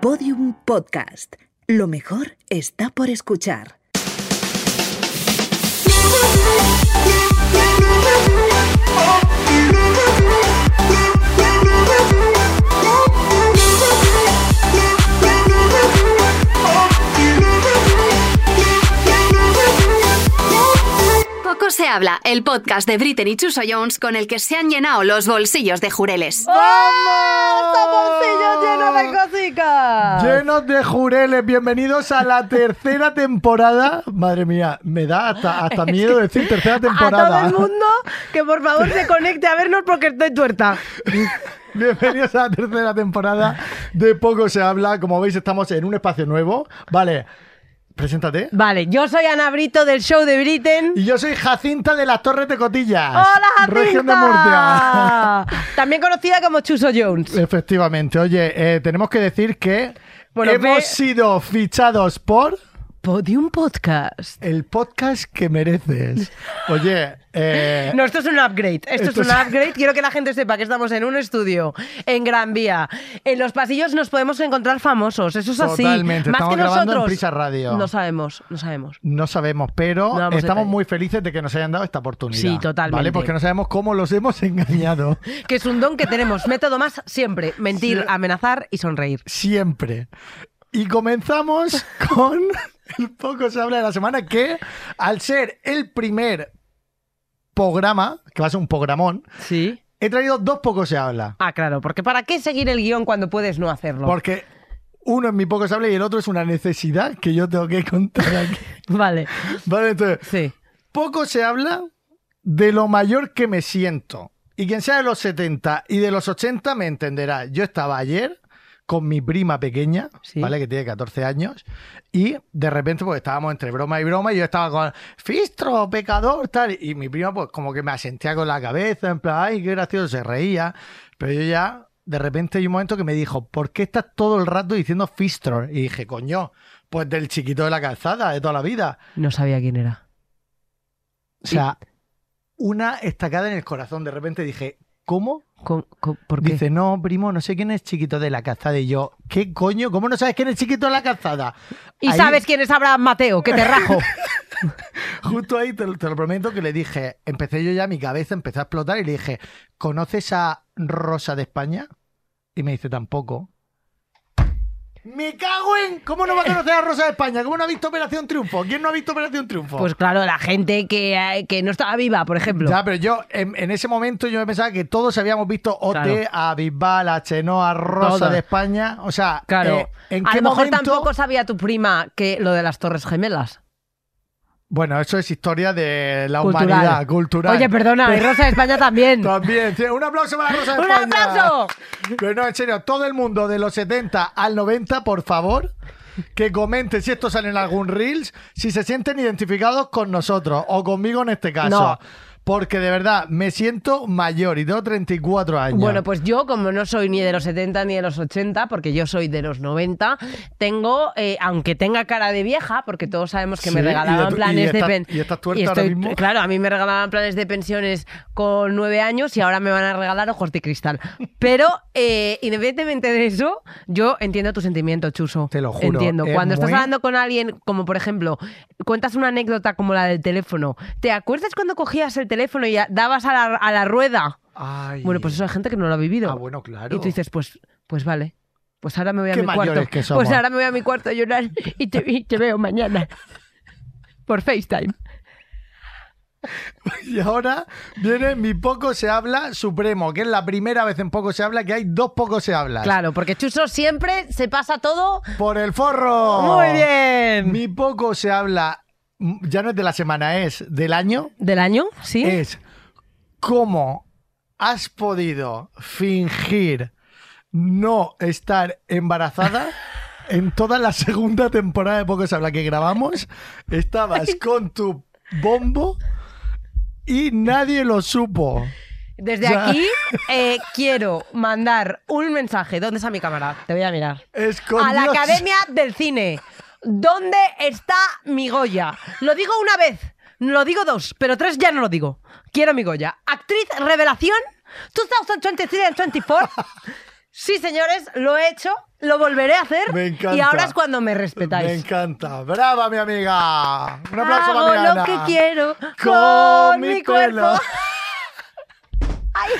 Podium Podcast. Lo mejor está por escuchar. Poco se habla, el podcast de Britten y Chuso Jones con el que se han llenado los bolsillos de jureles. ¡Vamos! ¡Somos llenos de cositas! Ah. Llenos de jureles, bienvenidos a la tercera temporada. Madre mía, me da hasta, hasta miedo decir tercera temporada. A todo el mundo que por favor se conecte a vernos porque estoy tuerta. Bienvenidos a la tercera temporada de Poco se habla. Como veis, estamos en un espacio nuevo. Vale, preséntate. Vale, yo soy Ana Brito del show de Britain. Y yo soy Jacinta de las Torres de Cotillas. ¡Hola, Jacinta! Región de Murcia. Eh, También conocida como Chuso Jones. Efectivamente, oye, eh, tenemos que decir que Bueno, hemos ve- sido fichados por Podium Podcast. el podcast que mereces. Oye, eh, No, esto es un upgrade. Esto, Esto es un es- upgrade. Quiero que la gente sepa que estamos en un estudio, en Gran Vía. En los pasillos nos podemos encontrar famosos. Eso es así. Totalmente, Más estamos que grabando en nosotros. Prisa Radio. No sabemos, no sabemos. No sabemos, pero No damos estamos detalles. muy felices de que nos hayan dado esta oportunidad. Sí, totalmente. ¿Vale? Porque no sabemos cómo los hemos engañado. Que es un don que tenemos. Método más siempre. Mentir, Sí. amenazar y sonreír. Siempre. Y comenzamos con el poco se habla de la semana, que al ser el primer programa, que va a ser un programón, Sí. he traído dos poco se habla. Ah, claro, porque ¿para qué seguir el guión cuando puedes no hacerlo? Porque uno es mi poco se habla y el otro es una necesidad que yo tengo que contar aquí. Vale, Vale, entonces, sí. Poco se habla de lo mayor que me siento. Y quien sea de los 70 y de los 80 me entenderá. Yo estaba ayer con mi prima pequeña, Sí. ¿vale? Que tiene 14 años. Y de repente, pues estábamos entre broma y broma. Y yo estaba con Fistro, pecador, tal. Y mi prima, pues como que me asentía con la cabeza, en plan, ay, qué gracioso, se reía. Pero yo ya, de repente, hay un momento que me dijo, ¿por qué estás todo el rato diciendo Fistro? Y dije, coño, pues del chiquito de la calzada, de toda la vida. No sabía quién era. O sea, una estacada en el corazón. De repente dije, ¿cómo? ¿Cómo- cómo- ¿Por qué? Dice, no, primo, no sé quién es chiquito de la calzada. Y yo, ¿qué coño? ¿Cómo no sabes quién es chiquito de la calzada? y ahí- sabes quién es Abraham Mateo, que te rajo. Justo ahí te, lo- te lo prometo que le dije, empecé yo ya, mi cabeza empezó a explotar y le dije, ¿conoces a Rosa de España? Y me dice, tampoco. ¡Me cago en! ¿Cómo no va a conocer a Rosa de España? ¿Cómo no ha visto Operación Triunfo? ¿Quién no ha visto Operación Triunfo? pues claro, la gente que, eh, que no estaba viva, por ejemplo. Ya, pero yo en, en ese momento yo pensaba que todos habíamos visto OT, Claro. a Bisbal, a Chenoa, a Rosa Todas. de España. O sea, Claro. eh, ¿en a qué lo mejor momento? tampoco sabía tu prima que lo de las Torres Gemelas. Bueno, eso es historia de la Cultural. humanidad, cultural. Oye, perdona, y Pero- Rosa de España también. También, sí, un aplauso para Rosa de ¡Un España. aplauso! Pero no, en serio, todo el mundo de los 70 al 90, por favor, que comenten si esto sale en algún Reels, si se sienten identificados con nosotros o conmigo en este caso. No. Porque de verdad me siento mayor y tengo 34 años. Bueno, pues yo, como no soy ni de los 70 ni de los 80, porque yo soy de los 90, tengo, eh, aunque tenga cara de vieja, porque todos sabemos que Sí, me y de regalaban tu- planes y de estás- pen- y estás tuerta ahora mismo. Claro, a mí me regalaban planes de pensiones con nueve años y ahora me van a regalar ojos de cristal. Pero, eh, independientemente de eso, yo entiendo tu sentimiento, Chuso. Te lo juro, Entiendo. es Cuando estás muy- hablando con alguien, como por ejemplo, cuentas una anécdota como la del teléfono. ¿Te acuerdas cuando cogías el teléfono y a- dabas a la- a la rueda? Ay. Bueno, pues eso hay gente que no lo ha vivido. Ah, bueno, claro. Y tú dices, pues, pues vale. Pues ahora me voy a Qué mi mayores cuarto. que somos. pues ahora me voy a mi cuarto a llorar y te, y te veo mañana. Por FaceTime. Y ahora viene mi poco se habla supremo, que es la primera vez en poco se habla que hay dos pocos se hablas. Claro, porque Chuso siempre se pasa todo Por el forro. muy bien. Oh, Mi poco se habla, mm, ya no es de la semana, es del año, ¿Del año? ¿Sí? es cómo has podido fingir no estar embarazada. En toda la segunda temporada de Poco se habla que grabamos, estabas con tu bombo y nadie lo supo. Desde ya. aquí eh, quiero mandar un mensaje. ¿Dónde está mi cámara? Te voy a mirar. a la Escondidos. Academia del Cine. ¿Dónde está mi Goya? Lo digo una vez, lo digo dos, pero tres ya no lo digo. Quiero mi Goya. Actriz Revelación 2023 and 24. sí señores, lo he hecho, lo volveré a hacer Me encanta. y ahora es cuando me Me respetáis. encanta. ¡Brava, mi amiga! Un aplauso Hago para mi lo Ana. que quiero Con mi cuerpo. cuerpo.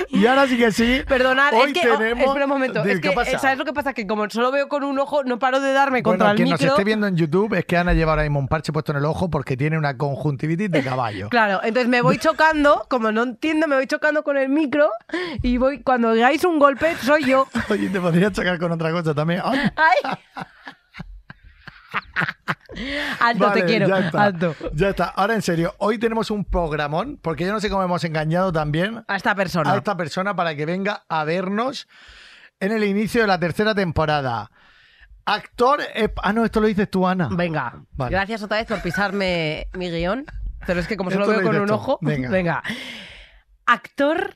Y ahora sí que sí. Perdonad, hoy es que oh, tenemos... espera un momento, Dime, es que ¿qué pasa? sabes lo que pasa que como solo veo con un ojo no paro de darme Bueno, contra el quien nos micro. esté viendo en YouTube es que Ana lleva ahora mismo un parche puesto en el ojo porque tiene una conjuntivitis de caballo. Claro, entonces me voy chocando, como no entiendo, me voy chocando con el micro y voy cuando oigáis un golpe soy yo. Oye, te podría chocar con otra cosa también. Ah, Ay. ¡Ay! alto Vale, te quiero, ya está, alto. Ya está. Ahora en serio, hoy tenemos un programón porque yo no sé cómo hemos engañado también A esta persona. a esta persona para que venga a vernos en el inicio de la tercera temporada. Actor. es- Ah, no, esto lo dices tú, Ana. Venga, Vale. gracias otra vez por pisarme mi guión. Pero es que como solo Esto veo lo con dices un tú. ojo. Venga. Actor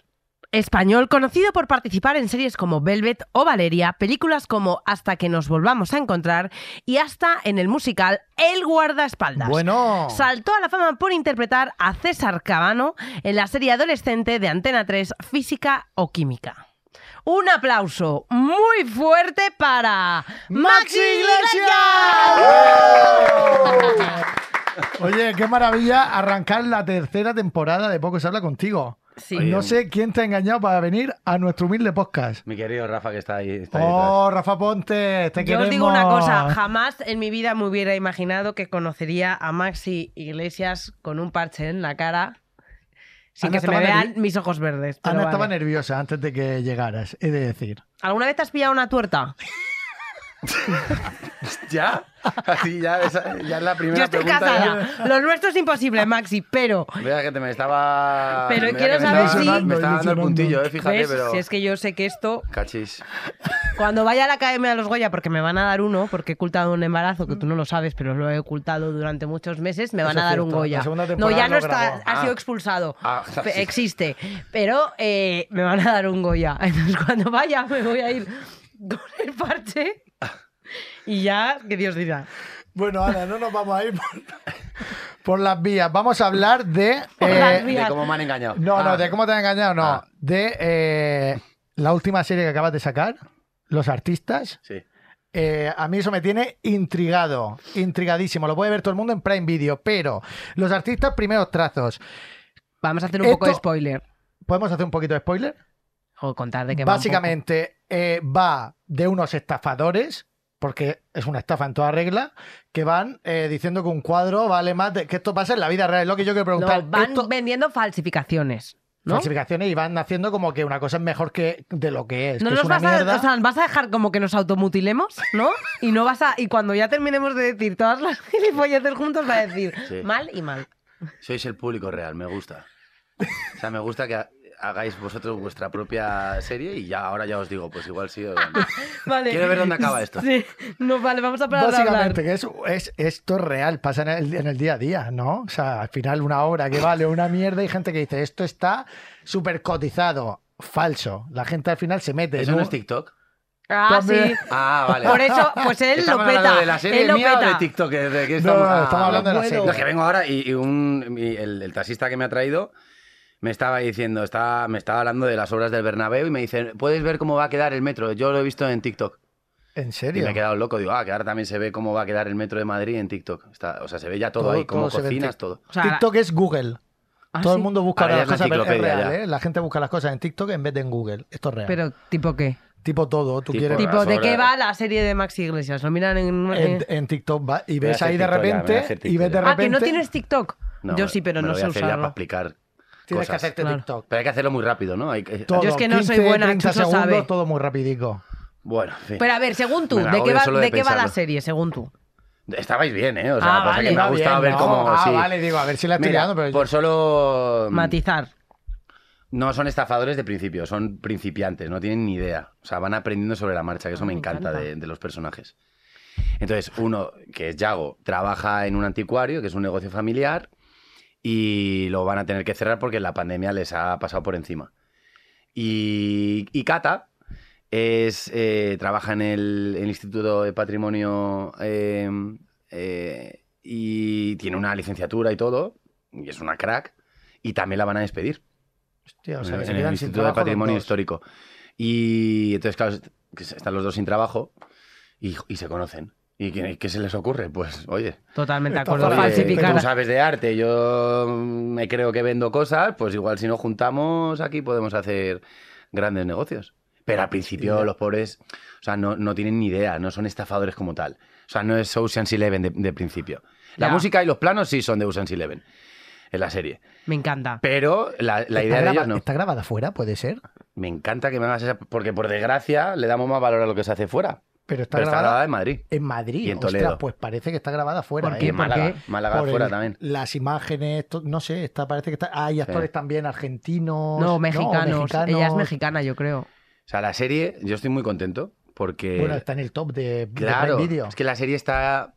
español conocido por participar en series como Velvet o Valeria, películas como Hasta que nos volvamos a encontrar y hasta en el musical El guardaespaldas. Bueno. Saltó a la fama por interpretar a César Cabano en la serie adolescente de Antena 3, Física o Química. Un aplauso muy fuerte para Maxi Iglesias. Oye, qué maravilla arrancar la tercera temporada de Poco se habla contigo. Sí. No sé quién te ha engañado para venir a nuestro humilde podcast. Mi querido Rafa que está ahí. Está ahí Oh, Rafa Ponte, te Yo queremos. os digo una cosa, jamás en mi vida me hubiera imaginado que conocería a Maxi Iglesias con un parche en la cara sin Ana que se me estaba nervi- vean mis ojos verdes. pero Ana estaba vale. nerviosa antes de que llegaras, he de decir. ¿Alguna vez te has pillado una tuerta? detrás. ¿Ya? Así ya, esa- ya es la primera Yo estoy pregunta. casada. ya. Lo nuestro es imposible, Maxi, pero... Vea que te me estaba. Pero mira quiero que me saber estaba- si- Me estaba dando el Ilusionando. puntillo, eh, fíjate, ¿Ves? pero. Si es que yo sé que esto, Cachis. cuando vaya a la Academia de los Goya, porque me van a dar uno, porque he ocultado un embarazo, que tú no lo sabes, pero lo he ocultado durante muchos meses, me van Eso a es dar cierto, un la Goya. segunda No, temporada ya no lo está, grabó. ha sido Ah. expulsado. Ah, Pe- sí. Existe. Pero eh, me van a dar un Goya. Entonces, cuando vaya, me voy a ir con el parche. Y ya, que Dios dirá. Bueno, Ana, no nos vamos a ir por, por las vías. Vamos a hablar de. Por eh, las vías. De cómo me han engañado. No, no, Ah, de cómo te han engañado, no. Ah. De eh, la última serie que acabas de sacar, Los Artistas. Sí. Eh, a mí eso me tiene intrigado, intrigadísimo. Lo puede ver todo el mundo en Prime Video, pero los artistas primeros trazos. Vamos a hacer un Esto- poco de spoiler. ¿Podemos hacer un poquito de spoiler? O contar de qué va un poco. Básicamente eh, va de unos estafadores, porque es una estafa en toda regla, que van eh, diciendo que un cuadro vale más de- que esto pasa en la vida real. Es lo que yo quiero No, preguntar. van Esto- vendiendo falsificaciones. ¿no? Falsificaciones y van haciendo como que una cosa es mejor que de lo que es. No que es nos una vas a, mierda. o sea, vas a dejar como que nos automutilemos, ¿no? Y no vas a y cuando ya terminemos de decir todas las gilipolleces juntos va a decir Sí. mal y mal. Sois el público real, me gusta. O sea, me gusta que ha- hagáis vosotros vuestra propia serie y ya ahora ya os digo, pues igual sí. o no. Vale. Quiero ver dónde acaba esto. Sí. No, vale, vamos a parar de hablar. Básicamente, que es, es- esto es real, pasa en el, en el día a día, ¿no? O sea, al final una obra que vale una mierda y gente que dice, esto está súper cotizado. Falso. La gente al final se mete. en ¿Eso no un- es TikTok? Ah, sí. También- Ah, vale. Por eso, pues él lo ¿Estamos hablando peta. de la serie él lo mía o peta. de TikTok? ¿De de qué No, estamos? no, no, estamos Ah, hablando de la bueno. serie. No, que vengo ahora y, y un, y el, el taxista que me ha traído me estaba diciendo, está, me estaba hablando de las obras del Bernabéu y me dice, ¿puedes ver cómo va a quedar el metro? Yo lo he visto en TikTok. ¿En Y serio? me he quedado loco. Digo, ah, que ahora también se ve cómo va a quedar el metro de Madrid en TikTok. Está, o sea, se ve ya todo, Todo- ahí, cómo todo se ve en cocinas, TikTok. todo. O sea, TikTok es Google. ah, Todo el sí. mundo busca las Ahora ya es cosas una pero es enciclopedia, real, ya. ¿eh? La gente busca las cosas en TikTok en vez de en Google. Esto es real. Pero tipo qué? tipo todo. Tú Tipo- quieres. Tipo- Tipo de qué sobre- va la serie de Max Iglesias? Lo miran en, eh? En, en TikTok va- y Voy a ves hacer ahí de TikTok ya, me voy a repente. hacer y ves de TikTok repente. Ah, que no tienes TikTok. No, Yo sí, pero me no lo voy sé a hacer ya para usarlo. explicar Tienes que cosas. hacerte Claro. TikTok. Pero hay que hacerlo muy rápido, ¿no? Hay que- Todo, es que no soy buena, 15 Chuso sabe. segundos, Todo muy rapidico. Bueno, en fin. Pero a ver, según tú, Me ¿de qué agobio va, solo de de qué va la pensarlo. serie, según tú? Estabais bien, ¿eh? O Ah, sea, pasa vale. que me ha Está gustado bien, ver ¿no? cómo... Ah, sí. vale, digo, a ver si la estoy Mira, liando, pero yo- por solo... Matizar. No son estafadores de principio, son principiantes, no tienen ni idea. O sea, van aprendiendo sobre la marcha, que eso Ah, me me encanta, encanta. De, de los personajes. Entonces, uno, que es Yago, trabaja en un anticuario, que es un negocio familiar, y lo van a tener que cerrar porque la pandemia les ha pasado por encima. Y, y Cata es, eh, trabaja en el, el Instituto de Patrimonio eh, eh, y tiene una licenciatura y todo, y es una crack, y también la van a despedir Hostia, o sea, que en, se en quedan el sin Instituto de trabajo los Patrimonio dos. Histórico. Y entonces, claro, que se- están los dos sin trabajo y, y se conocen. ¿Y qué, qué se les ocurre? Pues, oye, Totalmente de Esto acuerdo. fue- oye, Falsificar. tú sabes de arte, yo me creo que vendo cosas, pues igual si nos juntamos aquí podemos hacer grandes negocios. Pero al principio los pobres, o sea, no, no tienen ni idea, no son estafadores como tal. O sea, no es Ocean's Eleven de, de principio. La Ya. música y los planos sí son de Ocean's Eleven, en la serie. Me encanta. Pero la, la ¿Está idea de graba- ellos no. ¿Está grabada fuera? ¿Puede ser? Me encanta que me hagas esa, porque por desgracia le damos más valor a lo que se hace fuera. Pero está Pero está grabada grabada en Madrid. en Madrid. y en Ostras, Toledo. pues parece que está grabada fuera. ¿Por ¿eh? Y qué? en Málaga. qué? Málaga Por fuera el- también. Las imágenes, to- no sé, está, parece que está. Hay actores también argentinos. No, mexicanos. mexicanos. Ella es mexicana, yo creo. O sea, la serie, yo estoy muy contento porque... Bueno, está en el top de, de Claro, Prime Video. es que la serie está,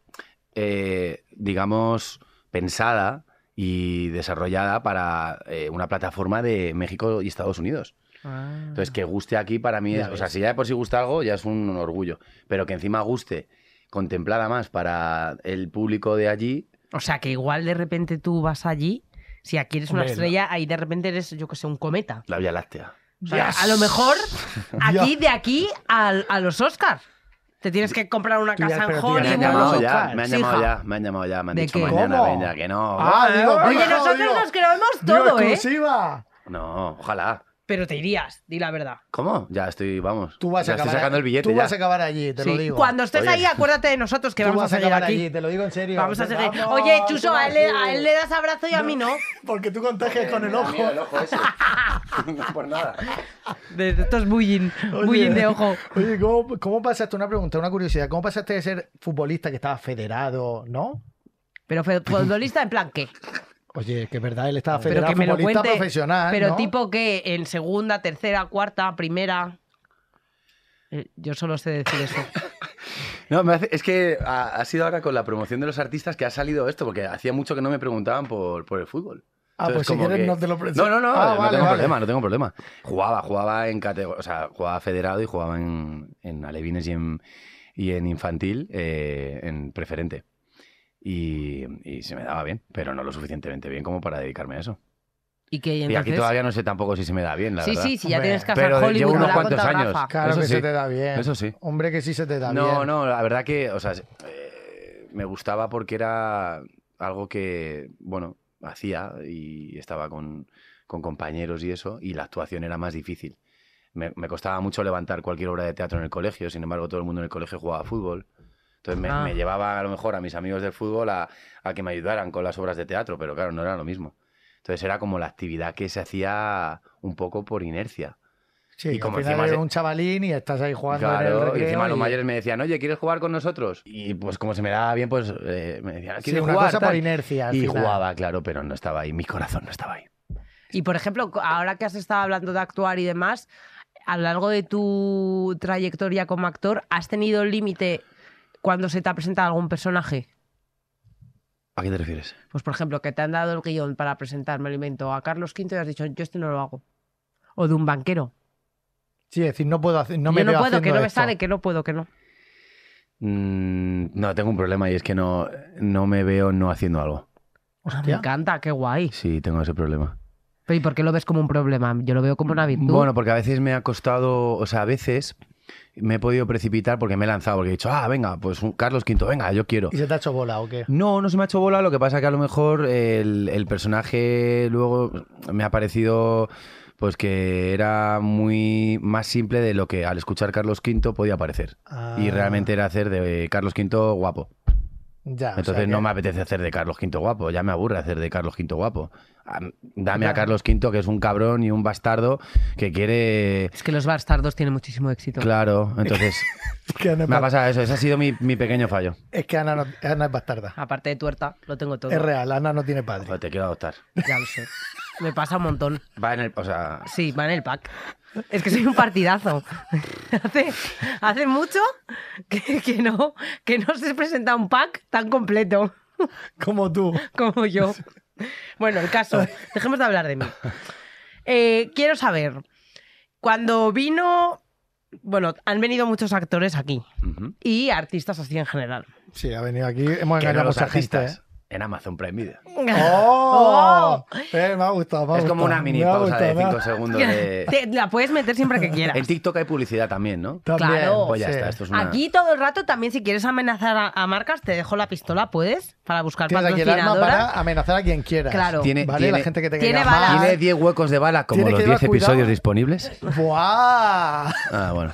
eh, digamos, pensada y desarrollada para eh, una plataforma de México y Estados Unidos. Ah. Entonces, que guste aquí para mí Ya es... O sea, ves. si ya de por sí gusta algo, ya es un orgullo. Pero que encima guste contemplada más para el público de allí, O sea, que igual de repente tú vas allí, si aquí eres una Hombre, estrella, ahí de repente eres, yo que sé, un cometa. la Vía Láctea. O sea, A lo mejor, aquí de aquí al- a, los Oscars. Te tienes que comprar una Tú ya- casa en pero tú ya Me Ni han modo, llamado Hollywood. ya, Oscar. me han Sí, llamado hija. ya, me han llamado ya, me han ¿De dicho qué? mañana, ¿Cómo? venga, que no. Ah, digo, Oye, Dios, nosotros Dios. nos creemos Digo, todo, ¿eh? exclusiva! No, ojalá. Pero te irías, di la verdad. ¿Cómo? Ya estoy, vamos. Tú vas ya a acabar estoy sacando ahí- el billete Tú ya. vas a acabar allí, te lo Sí. digo. Cuando estés Oye. ahí, acuérdate de nosotros que Tú vamos vas a a llegar acabar aquí. allí, te lo digo en serio. Vamos a seguir. Vamos, Oye, Chuso, a él, le- vamos. a él le das abrazo y a mí no. Porque tú contagias con el ojo. Por nada. De de estos bullying, Oye. bullying de ojo. Oye, ¿cómo, cómo pasaste? Una pregunta, una curiosidad. ¿Cómo pasaste de ser futbolista que estaba federado, no? Pero fe- futbolista en plan qué. Oye, que es verdad, él estaba Pero federado que me lo futbolista cuente. profesional. pero ¿no? tipo que en segunda, tercera, cuarta, primera. Eh, Yo solo sé decir eso. No, me hace- es que ha, ha sido ahora con la promoción de los artistas que ha salido esto, porque hacía mucho que no me preguntaban por, por el fútbol. Ah, pues Entonces, si como quieres que- no te lo presento. No, no, no, Ah, no vale, tengo vale. problema, no tengo problema. Jugaba, jugaba en categoría, o sea, jugaba federado y jugaba en, en alevines y en, y en infantil, eh, en preferente. Y, y se me daba bien, pero no lo suficientemente bien como para dedicarme a eso. Y que Y aquí entonces- todavía no sé tampoco si se me da bien, la sí, verdad. sí, sí, ya Hombre, tienes que hacer pero llevo Hollywood. me unos lo ha cuantos contado años. Rafa. Claro Eso que sí. se te da bien. Eso sí. Hombre, que sí se te da no, bien. no, la verdad que, o sea, eh, me gustaba porque era algo que, bueno, hacía y estaba con, con compañeros y eso, y la actuación era más difícil. Me, me costaba mucho levantar cualquier obra de teatro en el colegio, sin embargo, todo el mundo en el colegio jugaba a fútbol. Entonces me, Ah. me llevaba a lo mejor a mis amigos del fútbol a, a que me ayudaran con las obras de teatro, pero claro, no era lo mismo. Entonces era como la actividad que se hacía un poco por inercia. Sí, Y y como como al final encima eres se- un chavalín y estás ahí jugando en el Claro, y recreo encima los y- mayores me decían, oye, ¿quieres jugar con nosotros? Y pues como se me daba bien, pues eh, me decían, Sí, ¿quieres una jugar? cosa tal? por inercia. al y final. jugaba, claro, pero no estaba ahí, mi corazón no estaba ahí. Y por ejemplo, co- ahora que has estado hablando de actuar y demás, a lo largo de tu trayectoria como actor, ¿has tenido límite cuando se te ha presentado algún personaje? ¿A qué te refieres? Pues por ejemplo, que te han dado el guión para presentar, me lo invento, a Carlos V y has dicho, yo este no lo hago. O de un banquero. Sí, es decir, no puedo hacer. No me yo no veo puedo, que haciendo no me esto. sale, que no puedo, que no. Mm, no, tengo un problema y es que no, no me veo no haciendo algo. Ah, me Hostia. encanta, qué guay. Sí, tengo ese problema. Pero ¿y por qué lo ves como un problema? Yo lo veo como una virtud. Bueno, porque a veces me ha costado, o sea, a veces me he podido precipitar porque me he lanzado, porque he dicho, ah, venga, pues un Carlos V, venga, yo quiero. ¿Y se te ha hecho bola o qué? No, no se me ha hecho bola. Lo que pasa que a lo mejor el, el personaje luego me ha parecido pues que era muy más simple de lo que al escuchar Carlos V podía parecer. Ah, Y realmente era hacer de Carlos V guapo. Ya, Ah, o Entonces sea que- no me apetece hacer de Carlos V guapo. Ya me aburre hacer de Carlos V guapo. Ah, Dame a Carlos V que es un cabrón y un bastardo que quiere... Es que los bastardos tienen muchísimo éxito. Claro, entonces que Ana es me ha ba- pasado eso. Ese ha sido mi, mi pequeño fallo. Es que Ana, no- Ana es bastarda. Aparte de tuerta, lo tengo todo. Es real, Ana no tiene padre. Joder, te quiero adoptar. Ya lo sé. Me pasa un montón. Va en el... O sea... Sí, va en el pack. Es que soy un partidazo. hace, hace mucho que, que no, que no se presenta un pack tan completo Como tú. como yo. Bueno, el caso, dejemos de hablar de mí. Eh, quiero saber, cuando vino, bueno, han venido muchos actores aquí ujú. y artistas así en general. Sí, ha venido aquí. Hemos Que no engañado a los mucha gente. artistas. ¿eh? en Amazon Prime Video. ¡Oh! Eh, me ha gustado, me ha es como gustado, una mini me ha pausa de gustado, me ha- 5 segundos de... Te- la puedes meter siempre que quieras. En TikTok hay publicidad también, ¿no? También, Claro. Pues ya sí. está, esto es una... Aquí todo el rato también si quieres amenazar a, a marcas te dejo la pistola, ¿puedes? Para buscar Tienes aquí el arma patrocinadora. para amenazar a quien quieras. Claro. Tiene- ¿Vale? tiene- la gente que te tiene quiera balas. llamar. ¿Tiene 10 huecos de bala como Tiene los que llevar 10 episodios cuidado. disponibles? ¡Buah! Ah, bueno.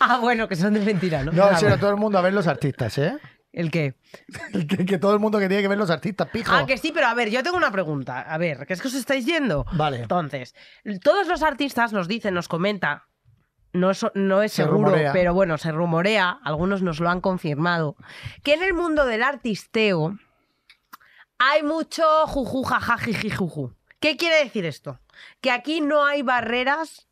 Ah, bueno, que son de mentira, ¿no? No, Ah, en serio, bueno. todo el mundo a ver los artistas, ¿eh? ¿El qué? Que, que todo el mundo que tiene que ver los artistas, pijo. Ah, que sí, pero a ver, yo tengo una pregunta. A ver, ¿qué es que os estáis yendo? Vale. Entonces, todos los artistas nos dicen, nos comenta, no es, no es Se seguro, rumorea. pero bueno, se rumorea, algunos nos lo han confirmado, que en el mundo del artisteo hay mucho juju, jaja, jiji, juju. ¿Qué quiere decir esto? Que aquí no hay barreras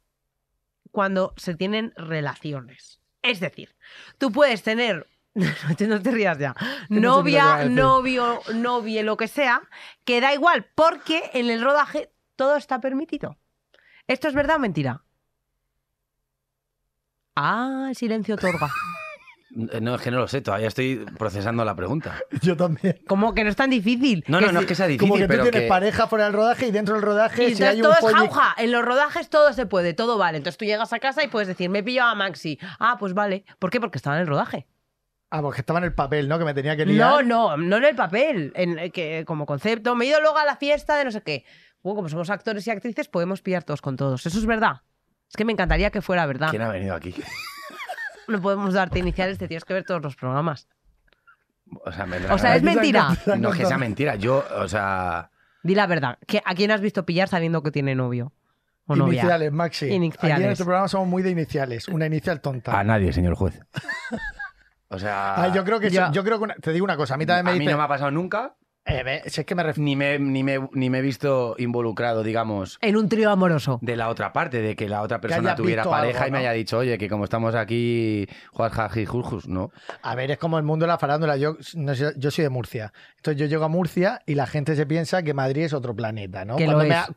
cuando se tienen relaciones. Es decir, tú puedes tener, no te, no te rías ya, sé lo que va a novia, decir. novio, novie, lo que sea, que da igual, porque en el rodaje todo está permitido. ¿Esto es verdad o mentira? Ah, el silencio otorga. No, es que no lo sé, todavía estoy procesando la pregunta. Yo también. Como que no es tan difícil. No, no, no si- es que sea difícil, Como que tú pero tienes que... pareja fuera del rodaje y dentro del Y rodaje si entonces hay un todo es folli- jauja. En los rodajes todo se puede, todo vale. Entonces tú llegas a casa y puedes decir, me he pillado a Maxi. Ah, pues vale. ¿Por qué? Porque estaba en el rodaje. Ah, porque estaba en el papel, ¿no? Que me tenía que liar. No, no, no en el papel, en, eh, que, como concepto. Me he ido luego a la fiesta de no sé qué. Bueno, como somos actores y actrices, podemos pillar todos con todos. Eso es verdad. Es que me encantaría que fuera verdad. ¿Quién ha venido aquí? No podemos darte iniciales, te tienes que ver todos los programas. O sea, me- O sea, es mentira. No es que sea mentira, yo, o sea... Di la verdad. ¿que- ¿A quién has visto pillar sabiendo que tiene novio? O novia. Iniciales, Maxi. Aquí en Iniciales. este programa somos muy de iniciales. Una inicial tonta. A nadie, señor juez. O sea... Ah, yo creo que yo- sí, yo creo que una- te digo una cosa, a mí A también me mí dice, no me ha pasado nunca, Eh, ve, si es que me refiero ni me, ni, me, ni me he visto involucrado, digamos, En un trío amoroso. de la otra parte, de que la otra persona hayas tuviera visto pareja algo, y me ¿no? haya dicho, oye, que como estamos aquí, Juan Jaji Jurjus, ¿no? A ver, es como el mundo de la farándula. Yo, no sé, yo soy de Murcia. Entonces yo llego a Murcia y la gente se piensa que Madrid es otro planeta, ¿no? Que lo cuando, me es. ha-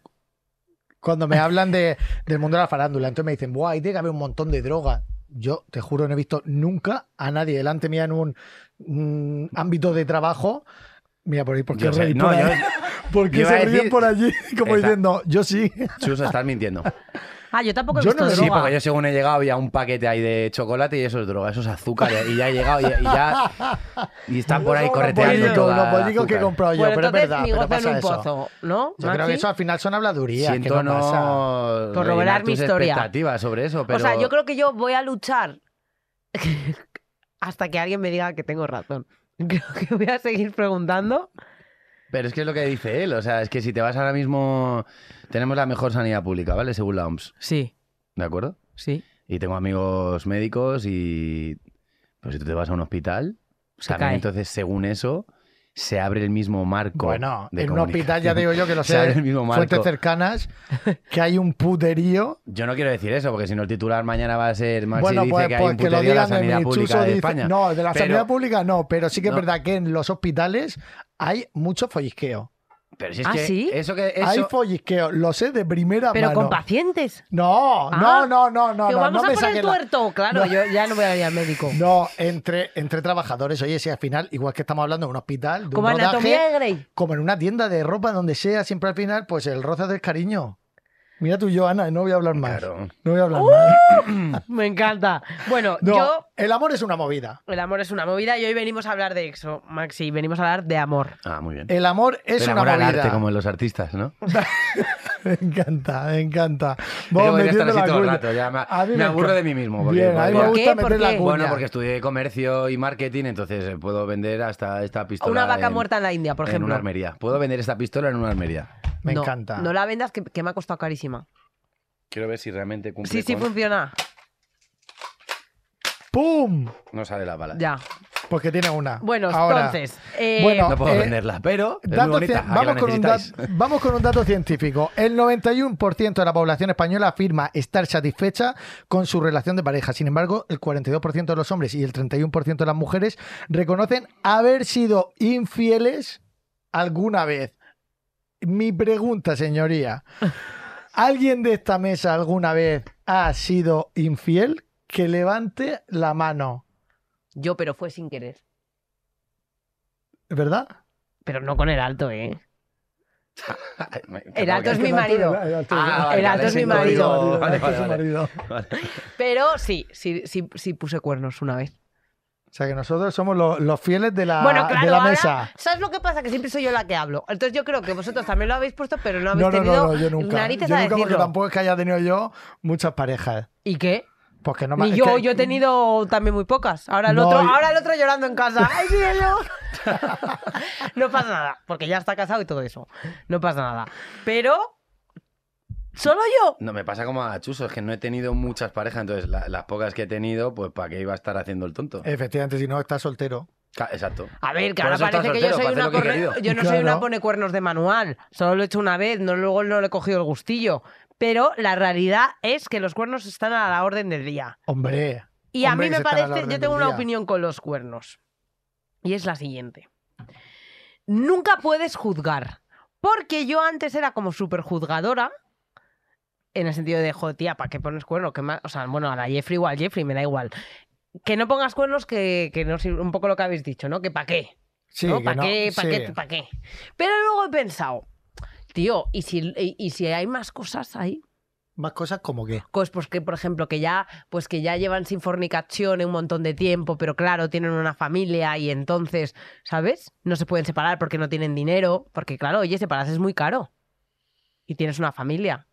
cuando me hablan de- del mundo de la farándula, entonces me dicen, ¡buah! Ahí tiene que haber un montón de droga. Yo te juro, no he visto nunca a nadie delante mía en un mm, ámbito de trabajo. Mira por ahí, porque Yo sé- no, yo- yo porque iba se a ríen decir- por allí, como Esa- diciendo, yo sí. Chuso, estás mintiendo. Ah, yo tampoco he Yo visto no lo Sí, droga. porque yo según he llegado había un paquete ahí de chocolate y eso es droga, eso es azúcar y ya he llegado y, y ya y están por ahí Son correteando los bollicos, toda los la bollicos pues que he azúcar. comprado yo, bueno, pero es entonces verdad, mi pero gozo en pasa un eso. pozo, ¿no? Yo creo Maxi? que eso al final son habladurías. que Siento no pasa. no Por revelar rellenar mi tus historia. expectativas sobre eso, pero O sea, yo creo que yo voy a luchar hasta que alguien me diga que tengo razón. Creo que voy a seguir preguntando. pero es que es lo que dice él, o sea, es que si te vas ahora mismo tenemos la mejor sanidad pública, ¿vale? Según la OMS, Sí, ¿de acuerdo? sí. Y tengo amigos médicos y pues si tú te vas a un hospital, Se también cae. entonces según eso se abre el mismo marco. Bueno, de en un hospital ya comunicación. te digo yo que lo Se abre sé el de mismo fuentes marco. cercanas, que hay un puterío. Yo no quiero decir eso, porque si no el titular mañana va a ser Maxi bueno, dice pues, que hay pues un que lo puterío en la digan de sanidad mí. pública Chuso de dice- España. No, de la Pero- sanidad pública no, pero sí que No. es verdad que en los hospitales hay mucho follisqueo. Pero si es ¿Ah, que sí? eso que eso- Hay follisqueo, lo sé de primera Pero mano. con pacientes. No, Ah. no, no, no, no, no, Digo, vamos no a me por el saquen la- tuerto. Claro, No. yo ya no voy a ir al médico. No, entre, entre trabajadores. Oye, si al final, igual que estamos hablando de un hospital, de Como un rodaje, anatomía de Grey. como en una tienda de ropa, donde sea, siempre al final, pues el roce del cariño. Mira tú y yo, Ana, no voy a hablar más. Claro. No voy a hablar más. Me encanta. Bueno, No, ¡Uh! yo. el amor es una movida. El amor es una movida y hoy venimos a hablar de eso, Maxi. Venimos a hablar de amor. Ah, muy bien. El amor es Pero una amor al movida. arte, como en los artistas, ¿no? Me encanta, me encanta. Yo Vos voy a estar metiendo así la todo el cuña. rato, ya me- A mí me aburro encanta. de mí mismo, porque- Bien, a mí me ¿Por qué? gusta ¿Por meter qué? la cuña. Bueno, porque estudié comercio y marketing, entonces eh, puedo vender hasta esta pistola. Una vaca en- muerta en la India, por En ejemplo. una armería. Puedo vender esta pistola en una armería. Me No, encanta. No la vendas, que, que me ha costado carísima. Quiero ver si realmente cumple Sí, sí, con- funciona. ¡Pum! No sale la bala. Ya. Porque tiene una. Bueno, Ahora, entonces. eh, Bueno, No puedo Eh, venderla, pero es muy dato bonita, cien- ¿a que la vamos, con un necesitáis? dat- vamos con un dato científico. El 91% de la población española afirma estar satisfecha con su relación de pareja. Sin embargo, el 42% de los hombres y el 31% de las mujeres reconocen haber sido infieles alguna vez. Mi pregunta, señoría. ¿Alguien de esta mesa alguna vez ha sido infiel? Que levante la mano. Yo, pero fue sin querer. ¿Verdad? Pero no con el alto, ¿eh? Que El no, alto que- es mi marido. Ah, vale, El alto vale, es mi sí, marido. El alto Vale, es vale, su vale. marido. Vale. Pero sí, sí, sí, sí puse cuernos una vez. O sea que nosotros somos lo- los fieles de la, bueno, claro, de la ahora, mesa. ¿sabes lo que pasa? Que siempre soy yo la que hablo. Entonces yo creo que vosotros también lo habéis puesto, pero no habéis No, no, tenido no, no, yo nunca. narices yo a nunca, porque decirlo. tampoco es que haya tenido yo muchas parejas. ¿Y qué? Porque no me- Ni es yo, que- yo he tenido también muy pocas. Ahora el No, otro, yo- ahora el otro llorando en casa. ¡Ay, cielo! no pasa nada, porque ya está casado y todo eso. No pasa nada. Pero solo yo. No, me pasa como a Chuso, es que no he tenido muchas parejas, entonces la- las pocas que he tenido, pues ¿para qué iba a estar haciendo el tonto? Efectivamente, si no, estás soltero. Ca- Exacto. A ver, que Por ahora eso estás parece que yo soltero, soy una para hacer lo que he corne- querido. yo no soy Claro. una pone cuernos de manual. Solo lo he hecho una vez, no luego no le he cogido el gustillo. Pero la realidad es que los cuernos están a la orden del día. Hombre. Y a Hombre, mí me se está a la parece, orden yo del tengo una día. opinión con los cuernos. Y es la siguiente. Nunca puedes juzgar. Porque yo antes era como súper juzgadora. En el sentido de, joder, tía, ¿para qué pones cuernos? ¿Qué más? O sea, bueno, a la Jeffrey igual, Jeffrey, me da igual. Que no pongas cuernos, que, que no sirve. Un poco lo que habéis dicho, ¿no? Que para qué. Sí, que ¿Para no, qué? ¿Para sí. qué? ¿Para qué? Pero luego he pensado, tío, ¿y si, y- y si hay más cosas ahí? Más cosas como que. Cos- pues que por ejemplo que ya pues que ya llevan sin fornicación un montón de tiempo pero claro tienen una familia y entonces sabes no se pueden separar porque no tienen dinero porque claro oye separarse es muy caro y tienes una familia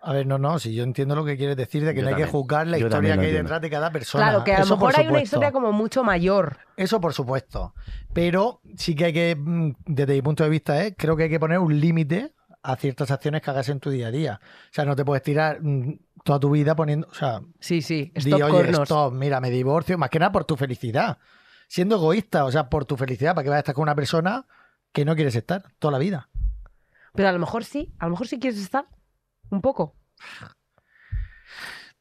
A ver, no, no, si yo entiendo lo que quieres decir de que Yo no hay que también. juzgar la Yo historia también que lo hay entiendo. detrás de cada persona. claro que a lo Eso por mejor hay una supuesto. historia como mucho mayor Eso por supuesto. Pero sí que hay que, mm, desde mi punto de vista, ¿eh? creo que hay que poner un límite a ciertas acciones que hagas en tu día a día. O sea, no te puedes tirar mm, toda tu vida poniendo, o sea, sí sí di, stop oye, cornos stop, mira, me divorcio, más que nada por tu felicidad. Siendo egoísta, o sea, por tu felicidad, para que vayas a estar con una persona que no quieres estar toda la vida. pero a lo mejor sí a lo mejor sí quieres estar un poco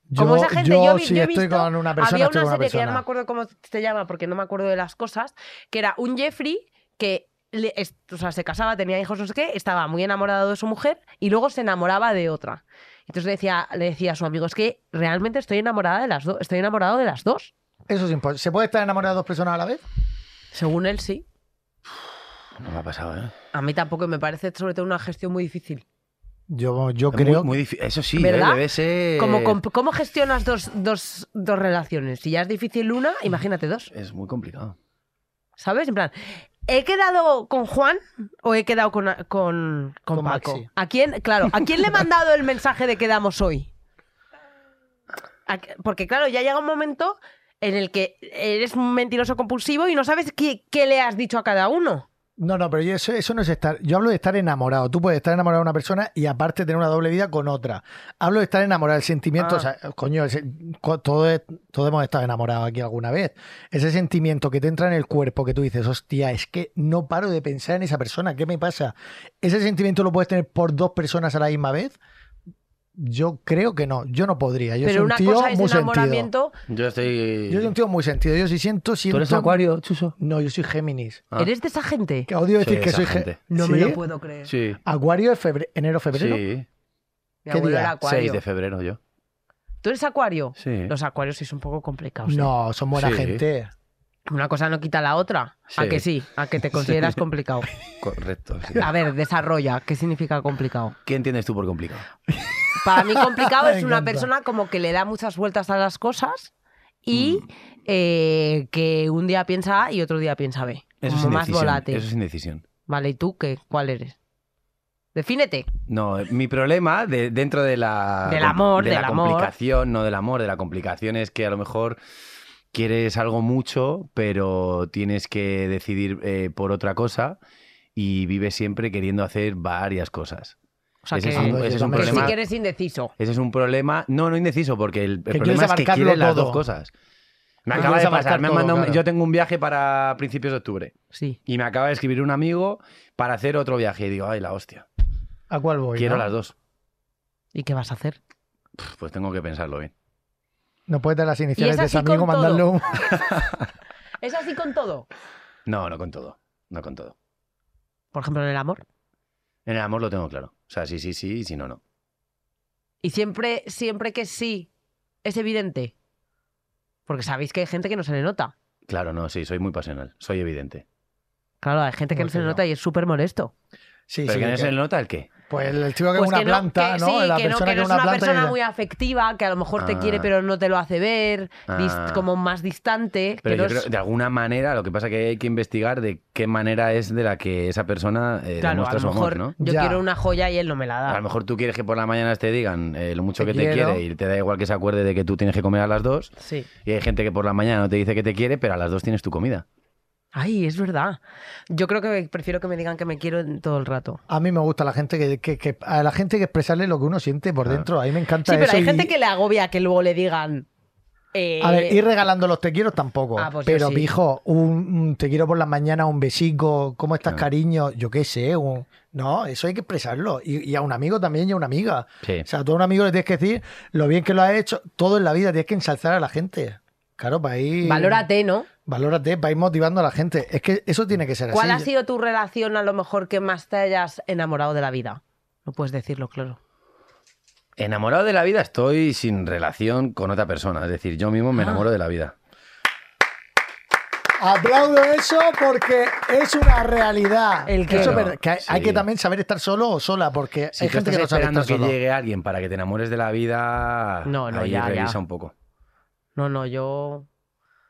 Yo, Como esa gente, yo, yo vi- si yo he estoy visto- con una persona, Había estoy una con una serie que ya no me persona. acuerdo cómo se llama porque no me acuerdo de las cosas, que era un Jeffrey que le- es- o sea, se casaba, tenía hijos, no sé qué, estaba muy enamorado de su mujer y luego se enamoraba de otra. Entonces le decía, le decía a su amigo, es que realmente estoy enamorada de las dos, estoy enamorado de las dos. Eso es imposible. ¿Se puede estar enamorado de dos personas a la vez? Según él, sí. No me ha pasado, ¿eh? A mí tampoco me parece sobre todo una gestión muy difícil. Yo, yo Es muy- creo. muy difícil. Eso sí, ¿eh? ¿Verdad? debe ser- Eh. Como comp- ¿Cómo, gestionas dos, dos, dos relaciones? Si ya es difícil una, imagínate dos. Es muy complicado. ¿Sabes? En plan, ¿he quedado con Juan o he quedado con, con, con Con Paco? Maxi. ¿A quién, claro, ¿a quién le he mandado el mensaje de quedamos hoy? ¿A qué- Porque, claro, ya llega un momento en el que eres un mentiroso compulsivo y no sabes qué, qué le has dicho a cada uno. No, no, pero yo- eso, eso no es estar. Yo hablo de estar enamorado. Tú puedes estar enamorado de una persona y aparte tener una doble vida con otra. Hablo de estar enamorado, el sentimiento. Ah. O sea, coño, ese- co- todos, todos hemos estado enamorados aquí alguna vez. Ese sentimiento que te entra en el cuerpo que tú dices, hostia, es que no paro de pensar en esa persona, ¿qué me pasa? ¿Ese sentimiento lo puedes tener por dos personas a la misma vez? Yo creo que no, yo no podría. Yo soy Pero un una tío cosa es muy sentido. enamoramiento. Yo estoy. Yo soy un tío muy sentido. Yo sí siento, siento. ¿Tú eres acuario, Chuso? No, yo soy Géminis. Ah. ¿Eres de esa gente? Que odio decir Soy que esa soy gente. Géminis. No me lo puedo creer. Sí. Acuario es febre- enero, febrero. Sí. Mi ¿Qué abuelo día? era acuario. 6 de febrero yo. ¿Tú eres acuario? Sí. Los acuarios sí son un poco complicados. ¿eh? No, son buena Sí. gente. Una cosa no quita la otra. ¿A Sí. que sí? ¿A que te consideras complicado? Correcto. sí. A ver, desarrolla. ¿Qué significa complicado? ¿Qué entiendes tú por complicado? Para mí complicado Me es una encanta. persona como que le da muchas vueltas a las cosas y eh, que un día piensa A y otro día piensa B. Eso es como más indecisión. volátil. Eso es indecisión. Vale, ¿y tú qué? ¿Cuál eres? Defínete. No, eh, mi problema de- dentro de la. Del amor, de del la amor. complicación, no del amor, de la complicación es que a lo mejor quieres algo mucho, pero tienes que decidir eh, por otra cosa y vives siempre queriendo hacer varias cosas. O sea, ese, que, es un, Ah, ese es yo un también. que sí problema. que eres indeciso. Ese es un problema. No, no indeciso, porque el, el quieres problema es que abarcarlo quieres las todo. dos cosas. Me Que acaba quieres de abarcar pasar. Me han todo, mandado un- claro. Yo tengo un viaje para principios de octubre Sí. y me acaba de escribir un amigo para hacer otro viaje. Y digo, ay, la hostia. ¿A cuál voy? Quiero Pues no? las dos. ¿Y qué vas a hacer? Pff, Pues tengo que pensarlo bien. No puedes dar las Y iniciales es de ese así con amigo, todo. mandarle un. Es así con todo. No, no con todo. No con todo. Por ejemplo, en el amor. En el amor lo tengo claro. O sea, sí, sí, sí, y si no, no. Y siempre, siempre que sí, es evidente. Porque sabéis que hay gente que no se le nota. Claro, no, sí, soy muy pasional. Soy evidente. Claro, hay gente que No no se sé, le no. nota y es súper molesto. Sí, ¿Pero sí, quién es que- el nota el qué? Pues el chico que es una que planta, que ¿no? sí, La que no, persona que no es una una planta y persona dice, muy afectiva, que a lo mejor te Ah. quiere pero no te lo hace ver, dis- Ah. como más distante. Pero que no yo creo, es- de alguna manera, lo que pasa es que hay que investigar de qué manera es de la que esa persona eh, claro, a demuestra lo su mejor amor, ¿no? yo Ya. quiero una joya y él no me la A da. lo mejor tú quieres que por la mañana te digan eh, lo mucho Ah. Te que te quiero. quiere y te da igual que se acuerde de que tú tienes que comer a las dos. Sí. Y hay gente que por la mañana no te dice que te quiere, pero a las dos tienes tu comida. Ay, es verdad. Yo creo que prefiero que me digan que me quiero en todo el rato. A mí me gusta la gente que, que- que- a la gente que expresarle lo que uno siente por Claro. dentro. A mí me encanta Sí, pero eso hay y- gente que le agobia que luego le digan. eh, A ver, ir regalando los te quiero tampoco. Ah, pues yo pero, sí. pijo, un, un te quiero por las mañanas, un besico, ¿cómo estás, Claro. cariño? Yo qué sé. un- No, eso hay que expresarlo. Y, y a un amigo también y a una amiga. Sí. O sea, tú a un amigo le tienes que decir lo bien que lo has hecho. Todo en la vida tienes que ensalzar a la gente. Claro, para ir. Valórate, ¿no? Valórate, para ir motivando a la gente. Es que eso tiene que ser así. ¿Cuál ha sido tu relación a lo mejor que más te hayas enamorado de la vida? No puedes decirlo, claro. Enamorado de la vida estoy sin relación con otra persona. Es decir, yo mismo Ah. me enamoro de la vida. Aplaudo eso porque es una realidad. ¿El qué? Eso es Claro, verdad, que hay, sí. hay que también saber estar solo o sola, porque Si hay tú gente estás que no sabe esperando estar que solo. llegue alguien para que te enamores de la vida, No, no, ahí ya, ya. revisa un poco. No, no, yo.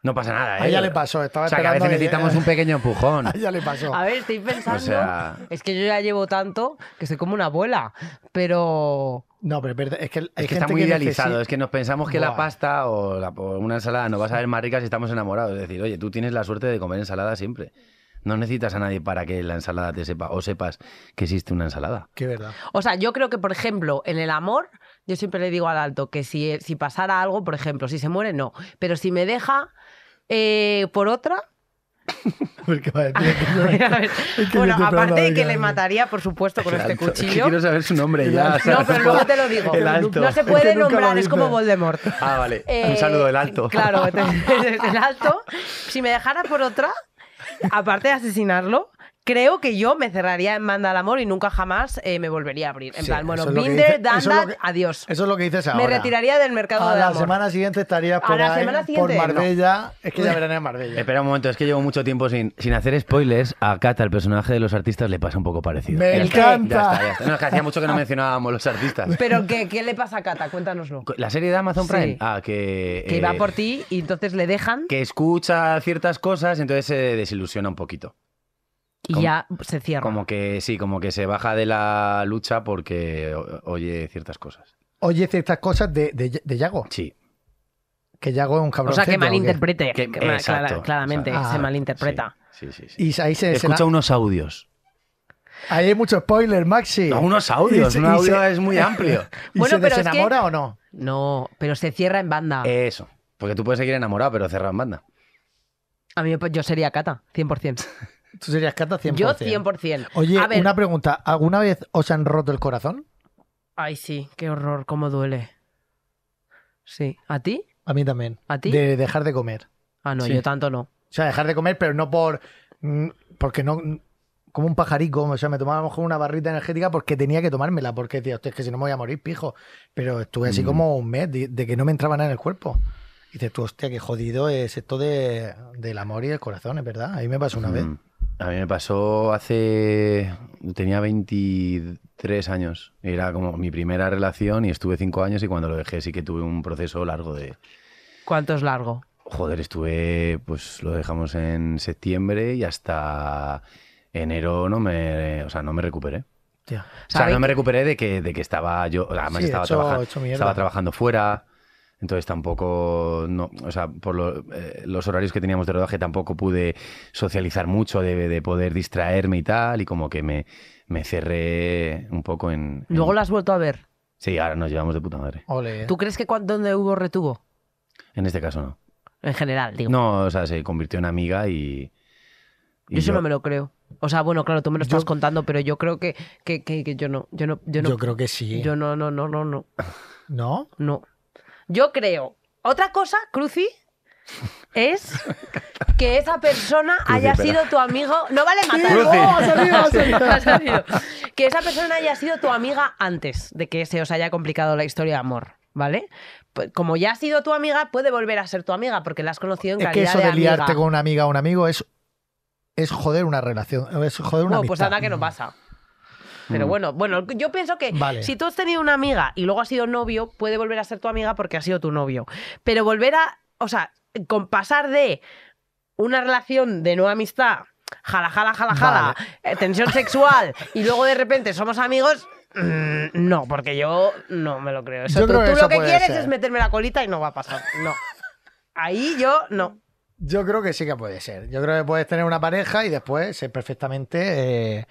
No pasa nada, ¿eh? A ella le pasó, estaba O sea, que a esperando veces que- necesitamos un pequeño empujón. A ella le pasó. A ver, estoy pensando. O sea, Es que yo ya llevo tanto que soy como una abuela, pero. No, pero es verdad, es que hay es que gente está muy que idealizado. necesita- Es que nos pensamos que Buah. la pasta o, la- o una ensalada nos va a saber más rica si estamos enamorados. Es decir, oye, tú tienes la suerte de comer ensalada siempre. No necesitas a nadie para que la ensalada te sepa o sepas que existe una ensalada. Que es verdad. O sea, yo creo que, por ejemplo, en el amor, yo siempre le digo al alto que si, si pasara algo, por ejemplo, si se muere, no. Pero si me deja eh, por otra. Porque va a decir que yo- A ver, yo estoy bueno, esperando aparte a de ver que qué le hace. mataría, por supuesto, con este Alto. Es que cuchillo. quiero saber su nombre El ya. alto. o sea, No, pero luego te lo digo. El alto. No se Es puede que nunca lo nombrar, es como dice. Voldemort. Ah, vale. Eh, Un saludo del alto. Claro, desde el alto. Si me dejara por otra, aparte de asesinarlo, creo que yo me cerraría en banda al amor y nunca jamás eh, me volvería a abrir. En Sí, plan, bueno, eso es lo que dice- Binder, eso es Dandat, lo que- adiós. Eso es lo que dices ahora. Me retiraría del mercado A del la amor. semana siguiente estarías A por, la ahí, semana por siguiente, no. Eh, Marbella. Es que ya verán en Marbella. Espera un momento, es que llevo mucho tiempo sin, sin hacer spoilers. A Cata, el personaje de los artistas, le pasa un poco parecido. Me Ya está, encanta. Ya está, ya está. No, es que hacía mucho que no mencionábamos los artistas. Pero ¿qué, qué le pasa a Cata? Cuéntanoslo. La serie de Amazon Sí. Prime. Ah, que. Que eh, va por ti y entonces le dejan Que escucha ciertas cosas, entonces se desilusiona un poquito. y como- ya se cierra. Como que sí, como que se baja de la lucha porque o- oye ciertas cosas. Oye ciertas cosas de, de, de Yago. Sí. Que Yago es un cabrón. o sea, que malinterprete. Que- Eh, que ma- exacto, clara- claramente, exacto. se Ah, malinterpreta. Sí, sí, sí. sí. Y ahí se. se Escucha la- unos audios. Ahí hay mucho spoiler, Maxi. No, unos audios. Y se- Un y audio se- es muy amplio. ¿Y Bueno, se pero es que- desenamora o no? No, pero se cierra en Ah. banda. Eh, Eso. Porque tú puedes seguir enamorado, pero cerrar en banda. A mí pues, yo sería Cata, 100%. Tú serías Cata 100%. Yo 100%. Oye, A ver- una pregunta. ¿Alguna vez os han roto el corazón? Ay, sí, qué horror, cómo duele. Sí, ¿a ti? A mí también. ¿A ti? De dejar de comer. Ah, no, Sí. yo tanto no. O sea, dejar de comer, pero no por. mm, Porque no. mm, Como un pajarico, o sea, me tomaba a lo mejor una barrita energética porque tenía que tomármela, porque decía, hostia, es que si no me voy a morir, pijo. Pero estuve así Mm. como un mes de, de que no me entraba nada en el cuerpo. Y dices tú, hostia, qué jodido es esto de, del amor y el corazón, es verdad. Ahí me pasó una vez. Mm. A mí me pasó hace. Tenía 23 años. Era como mi primera relación y estuve 5 años y cuando lo dejé sí que tuve un proceso largo de. ¿Cuánto es largo? Joder, estuve. Pues lo dejamos en septiembre y hasta enero no me. O sea, no me recuperé. Hostia. O sea, ¿Sabéis no me recuperé de que, de que estaba yo. Además, Sí, estaba, hecho- trabaja- hecho mierda. estaba trabajando fuera. Entonces tampoco, no, o sea, por lo- eh, los horarios que teníamos de rodaje tampoco pude socializar mucho, de, de poder distraerme y tal, y como que me, me cerré un poco en... en- Mm. Luego lo has vuelto a ver. Sí, ahora nos llevamos de puta madre. Ole. ¿Tú crees que cuando, donde hubo retuvo? En este caso no. En general, digo. No, o sea, se convirtió en amiga y... y yo eso no me lo creo. O sea, bueno, claro, tú me lo estás Yo- contando, pero yo creo que, que, que- que yo no. Yo no, yo Yo, no. creo que sí. yo no, no, no, no, no, ¿No? no. Yo creo. Otra cosa, Cruci, es que esa persona Cruci, haya espera. sido tu amigo. No vale matar. Cruci. ¡Oh, ha salido, ha salido! Ha salido. Que esa persona haya sido tu amiga antes de que se os haya complicado la historia de amor, ¿vale? P- Como ya ha sido tu amiga, puede volver a ser tu amiga porque la has conocido en Es que calidad eso de de liarte amiga. con una amiga o un amigo es, es joder una relación, es joder una No, amistad. Mm. pues anda que no pasa. Pero bueno, bueno, yo pienso que Vale. si tú has tenido una amiga y luego has sido novio, puede volver a ser tu amiga porque ha sido tu novio. Pero volver a, o sea, con pasar de una relación de no amistad, jala, jala, jala, jala, eh, tensión sexual y luego de repente somos amigos, mm, no, porque yo no me lo creo. Eso, Yo tú creo que tú eso lo que puede quieres ser. es meterme la colita y no va a pasar. No. Ahí yo no. Yo creo que sí que puede ser. Yo creo que puedes tener una pareja y después ser perfectamente eh,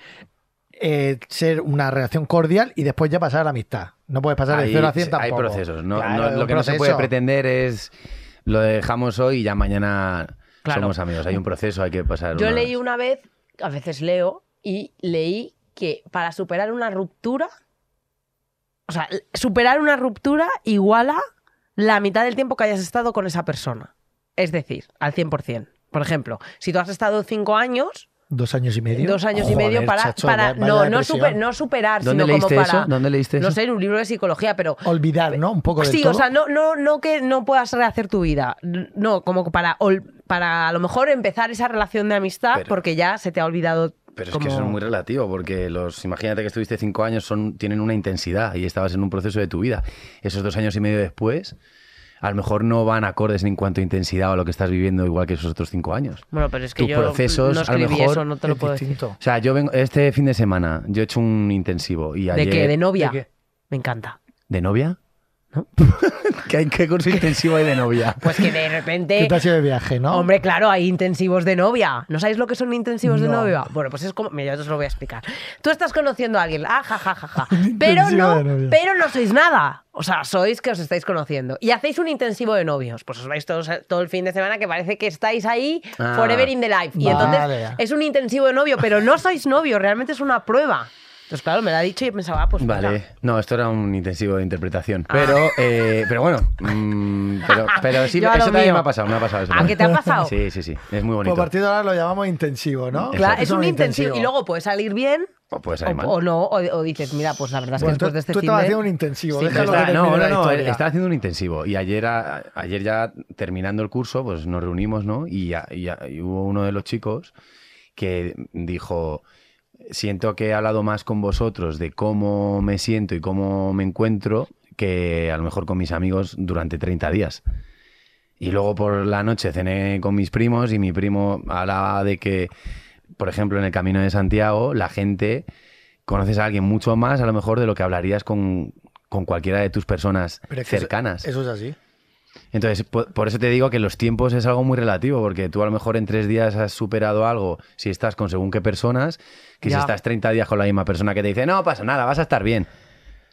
eh, ser una relación cordial y después ya pasar a la amistad. No puedes pasar de Hay, 0 a 100 hay tampoco. procesos. No, Claro, pues No- hay un lo que no se puede proceso. pretender es lo dejamos hoy y ya mañana Claro. somos amigos. Hay un proceso, hay que pasar. Yo unas- leí una vez, a veces leo, y leí que para superar una ruptura, o sea, l- superar una ruptura iguala la mitad del tiempo que hayas estado con esa persona. Es decir, al 100%. Por ejemplo, si tú has estado cinco años, Dos años y medio. dos años y Joder, medio para... chacho, para vaya no, no, depresión. super- no superar, ¿Dónde sino leíste como para... eso? ¿Dónde leíste no eso? sé, en un libro de psicología, pero Olvidar, ¿no? Un poco de Sí, todo. o sea, no, no, no que no puedas rehacer tu vida. No, como para, ol- para a lo mejor empezar esa relación de amistad Pero- porque ya se te ha olvidado. Pero como- es que eso es muy relativo, porque los, imagínate que estuviste cinco años, son, tienen una intensidad y estabas en un proceso de tu vida. Esos dos años y medio después, a lo mejor no van acordes en cuanto a intensidad o a lo que estás viviendo, igual que esos otros cinco años. Bueno, pero es que Tus yo procesos, no a lo escribí mejor, eso, no te lo es puedo decir. distinto. O sea, yo vengo, este fin de semana, yo he hecho un intensivo y ayer... ¿De qué? ¿De novia? ¿De qué? Me encanta. ¿De novia? ¿Qué, ¿Qué curso intensivo hay de novia? Pues que de ¿Qué repente... te ha sido de viaje, no? Hombre, claro, hay intensivos de novia. ¿No sabéis lo que son intensivos de No. novia? Bueno, pues es como... Mira, yo os lo voy a explicar. Tú estás conociendo a alguien. Ah, ja, ja, ja, ja. Pero intensivo no, de novia. pero no sois nada. O sea, sois que os estáis conociendo. Y hacéis un intensivo de novios. Pues os vais todos, todo el fin de semana que parece que estáis ahí Ah. forever in the life. Y Vale. entonces es un intensivo de novio, pero no sois novio. Realmente es una prueba. Entonces, claro, me lo ha dicho y yo pensaba, ah, pues mira. Vale, no, esto era un intensivo de interpretación. Ah. Pero, eh, pero bueno, mm, pero, pero sí, Yo a eso lo también mío. me ha pasado, me ha pasado. eso ¿A qué te ha pasado? Sí, sí, sí, es muy Pues a bonito. partir de ahora lo llamamos intensivo, ¿no? Claro, Claro, es un intensivo. Y luego puede salir bien O puede o, salir Pues mal. o no, o, o dices, mira, pues la verdad es que Bueno, después tú, de este tú fin estabas de- haciendo un intensivo. Sí, déjalo Está- que no, termine no, la no, historia. estaba haciendo un intensivo y ayer, a- ayer ya terminando el curso, pues nos reunimos, ¿no? Y, ya- y ya- y hubo uno de los chicos que dijo, siento que he hablado más con vosotros de cómo me siento y cómo me encuentro que a lo mejor con mis amigos durante 30 días. Y luego por la noche cené con mis primos y mi primo hablaba de que, por ejemplo, en el Camino de Santiago, la gente conoces a alguien mucho más a lo mejor de lo que hablarías con, con cualquiera de tus personas Pero es que eso- cercanas. Eso es así. Entonces, po- por, eso te digo que los tiempos es algo muy relativo, porque tú a lo mejor en tres días has superado algo si estás con según qué personas, que Ya. si estás 30 días con la misma persona que te dice, no pasa nada, vas a estar bien.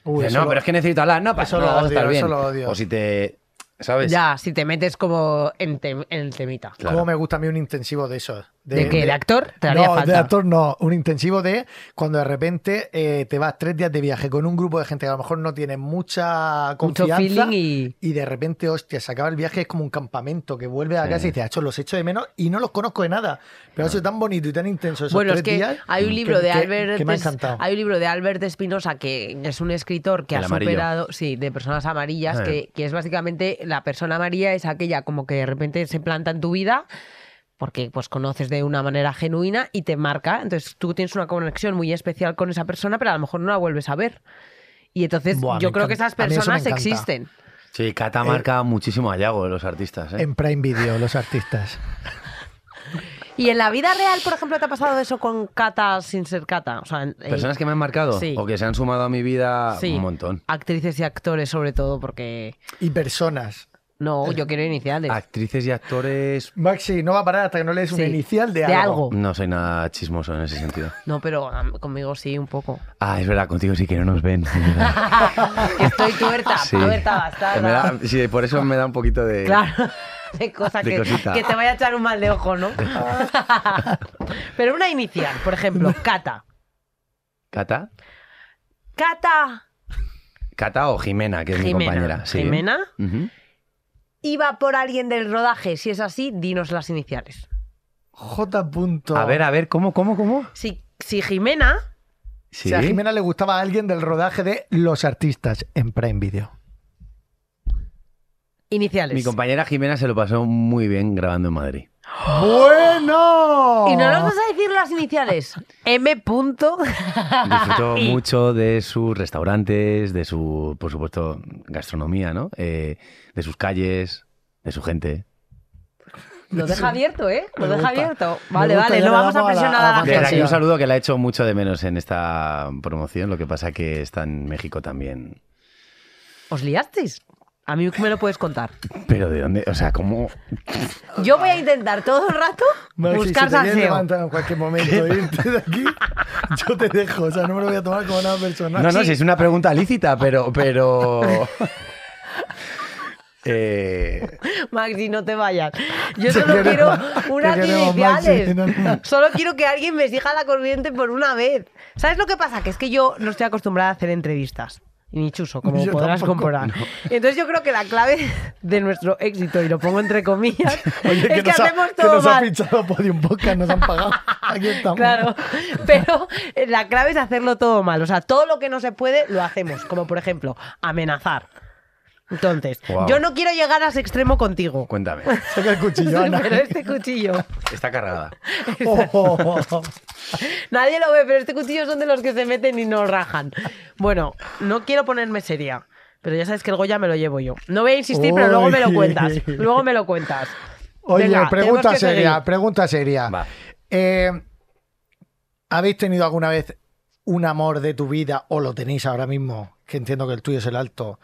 Uy, Dices, eso no, lo- pero es que necesito hablar, no pasa eso lo nada, vas a odio, estar eso bien. lo odio. O si te. Pues ¿Sabes? Ya, si te metes como en, tem- en el temita. Claro. ¿Cómo me gusta a mí un intensivo de esos? ¿De, qué? ¿De actor? Te haría no, falta. de actor no. Un intensivo de cuando de repente eh, te vas tres días de viaje con un grupo de gente que a lo mejor no tiene mucha Mucho confianza. feeling y. y de repente, hostia, se acaba el viaje, es como un campamento que vuelve a Sí. casa y dices, "Acho, los echo de menos y no los conozco de nada. Pero eso es tan bonito y tan intenso esos Bueno, tres es que días hay un libro de que- Albert que me ha Es- encantado. hay un libro de Albert Espinosa que es un escritor que El ha amarillo. superado, sí, de personas amarillas, Ah. que, que es básicamente la persona amarilla es aquella como que de repente se planta en tu vida porque pues conoces de una manera genuina y te marca, entonces tú tienes una conexión muy especial con esa persona, pero a lo mejor no la vuelves a ver. Y entonces Buah, yo me creo que encanta. esas A mí eso me personas encanta. existen. Sí, Cata Eh, marca muchísimo hallazgo de los artistas. ¿eh? En Prime Video, los artistas. Y en la vida real, por ejemplo, ¿te ha pasado eso con Cata sin ser Cata? O sea, en- eh, Personas que me han marcado Sí. o que se han sumado a mi vida Sí. un montón. actrices y actores sobre todo, porque... Y personas. Eh, No, yo quiero iniciales. Actrices y actores. Maxi, no va a parar hasta que no lees Sí, una inicial de, de algo. No soy nada chismoso en ese sentido. No, pero am, conmigo sí, un poco. Ah, es verdad, contigo sí que no nos ven. es verdad. Que Estoy tuerta, Sí. tuerta Que me bastarda. da- sí, por eso me da un poquito de. Claro, de cosa De que, cosita. que te vaya a echar un mal de ojo, ¿no? pero una inicial, por ejemplo, Cata. ¿Cata? Cata Cata o Jimena, que es mi Jimena. compañera. sí. Jimena Ujú. iba por alguien del rodaje. Si es así, dinos las iniciales. J. A ver, a ver, ¿cómo, cómo, cómo? Si, si Jimena, Sí. Si a Jimena le gustaba a alguien del rodaje de Los Artistas en Prime Video. iniciales. Mi compañera Jimena se lo pasó muy bien grabando en Madrid. ¡Bueno! Y no nos vas a decir las iniciales. M. Punto. Disfrutó Y- mucho de sus restaurantes, de su, por supuesto, gastronomía, ¿no? Eh, de sus calles, de su gente. Lo deja abierto, ¿eh? Lo Me deja gusta. abierto. Me Vale, gusta, vale, ya no le vamos damos a a la- presionar a a la la Desde aquí gente. fantasía. un saludo que la he hecho mucho de menos en esta promoción, lo que pasa que está en México también. ¿Os liasteis? A mí me lo puedes contar. Pero ¿de dónde? O sea, ¿cómo? Yo voy a intentar todo el rato Maxi, si te buscar quieres salseo. levantar en cualquier momento e irte de aquí, yo te dejo. O sea, no me lo voy a tomar como nada personal. No, no, si es una pregunta lícita, pero... pero... Eh, Maxi, no te vayas. Yo Te solo quiero queremos, unas te queremos, iniciales. Maxi, no, no. Solo quiero que alguien me siga la corriente por una vez. ¿Sabes lo que pasa? Que es que yo no estoy acostumbrada a hacer entrevistas. Y Ni chuso, como Yo podrás tampoco, comprobar. Entonces yo creo que la clave de nuestro éxito, y lo pongo entre comillas, Oye, es que, nos ha- hacemos que todo nos ha mal. pinchado Podium Podcast, nos han pagado. Aquí estamos. Claro, pero la clave es hacerlo todo mal. O sea, todo lo que no se puede lo hacemos. Como por ejemplo, amenazar. Entonces, Guau. yo no quiero llegar a ese extremo contigo. cuéntame, Saca el cuchillo, Ana. Pero este cuchillo, está cargada. Oh, oh, oh. nadie lo ve, pero este cuchillo son de los que se meten y nos rajan. Bueno, no quiero ponerme seria, pero ya sabes que el Goya me lo llevo yo. No voy a insistir, pero luego me lo Oye. cuentas. Luego me lo cuentas. Oye, Venga, tenemos pregunta que seguir. seria, pregunta seria. Va. Eh, ¿Habéis tenido alguna vez un amor de tu vida o lo tenéis ahora mismo? Que entiendo que el tuyo es el alto.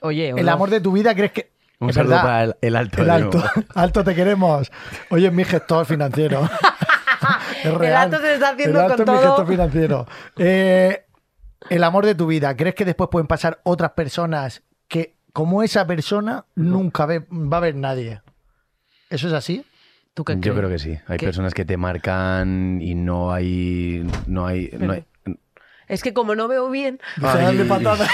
Oye, ¿El Olo, amor de tu vida crees que.? Un es saludo verdad, para el, el alto. el de alto. nuevo. Alto, te queremos. Oye, es mi gestor financiero. Es real. alto se está haciendo El alto con es mi todo. gestor financiero. Eh, el amor de tu vida, ¿crees que después pueden pasar otras personas que, como esa persona, nunca ve- va a ver nadie? ¿Eso es así? ¿tú qué Yo crees? creo que sí. Hay ¿Qué? personas que te marcan y no hay. No hay. No hay, Es que como no veo bien, Se dan de Ay. patadas.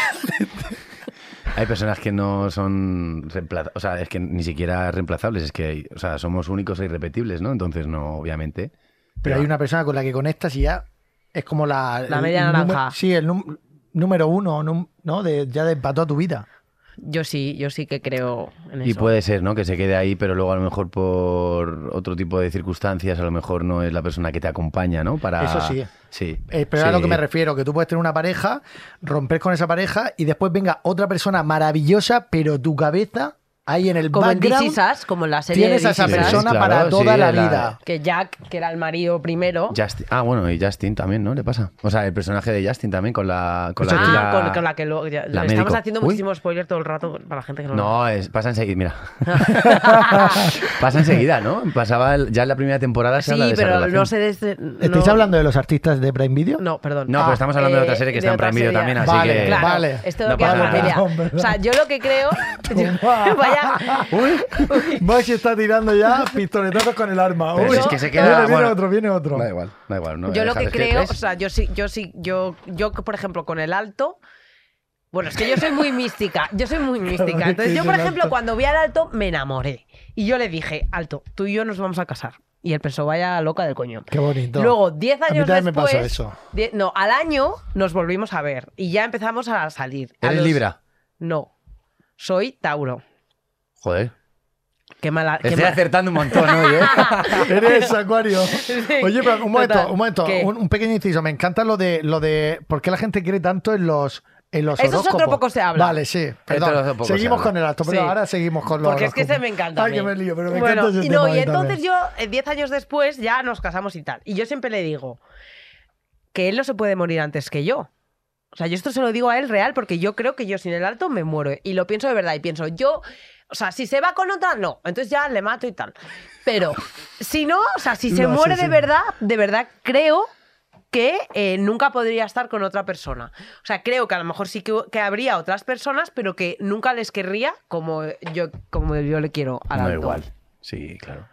hay personas que no son. reemplaza- O sea, es que ni siquiera reemplazables. Es que, o sea, somos únicos e irrepetibles, ¿no? Entonces, no, obviamente. Pero hay una persona con la que conectas y ya es como la. La el media número- naranja. sí, el num- número uno, num- ¿no? De, ya despató tu vida. yo sí, yo sí que creo en eso. Y puede ser, ¿no? Que se quede ahí, pero luego a lo mejor por otro tipo de circunstancias, a lo mejor no es la persona que te acompaña, ¿no? Para... Eso sí. Sí. Eh, pero a Sí. lo que me refiero, que tú puedes tener una pareja, romper con esa pareja y después venga otra persona maravillosa, pero tu cabeza ahí en el Como en This background Is Us, como en la serie tienes de a This esa Is Us, persona Claro, para sí, toda la, la- vida. que Jack, que era el marido primero, Justin- Ah, bueno, y Justin también, ¿no? Le pasa. O sea, el personaje de Justin también con la. Con la, ah, chica- con, con la que lo, ya- la estamos médico. haciendo Uy. muchísimo spoiler todo el rato para la gente que no, lo No, es, pasa enseguida, mira. pasa enseguida, ¿no? Pasaba el- ya en la primera temporada. se Sí, habla de esa pero relación. no sé desde. ¿Estáis no- hablando de los artistas de Prime Video? No, perdón. Eh, No, pero estamos hablando de otra serie que está en otra Prime Video serie. también, así Vale, que- Claro, vale. Es todo No que pasa la nada. familia. Perdón, O sea, yo lo que creo. yo- vaya. Maxi está tirando ya pistoletazos con el arma. Pero Uy, es que se queda- Viene, viene bueno. otro, viene otro. Da igual, da igual. no, Yo lo deja, que es creo, es- o sea, yo sí, yo sí, yo, yo, por ejemplo, con el alto. Bueno, es que yo soy muy mística, yo soy muy es mística. que Entonces, yo, es por el ejemplo, alto. cuando vi al alto, me enamoré. Y yo le dije, alto, tú y yo nos vamos a casar. Y él pensó, vaya loca del coño. Qué bonito. Luego, 10 A mí años también me después. pasó eso. die- no, al año nos volvimos a ver y ya empezamos a salir. A Eres los- Libra. No. Soy Tauro. Joder. Qué mala. qué Estoy mala- acertando un montón hoy, ¿eh? Eres acuario. Oye, pero un momento, Total. un momento, ¿Qué? un, un pequeño inciso. Me encanta lo de lo de por qué la gente cree tanto en los en los Eso es otro horóscopos. poco se habla. Vale, sí. Esto es Perdón. otro poco se Seguimos habla. con el acto, pero Sí. ahora seguimos con los Porque es que horóscopos. ese me encanta. a Ay, mí. que me lío, pero me Bueno, encanta ese y no, tema y a mí también. entonces yo, eh, 10 años después, ya nos casamos y tal. Y yo siempre le digo que él no se puede morir antes que yo. O sea, yo esto se lo digo a él real porque yo creo que yo sin el alto me muero. Y lo pienso de verdad. Y pienso, yo. O sea, si se va con otra, no. Entonces ya le mato y tal. Pero si no, o sea, si se No, sí, muere sí. de verdad, de verdad creo que eh, nunca podría estar con otra persona. O sea, creo que a lo mejor sí que, que habría otras personas, pero que nunca les querría como yo, como yo le quiero a No, igual. Sí, claro.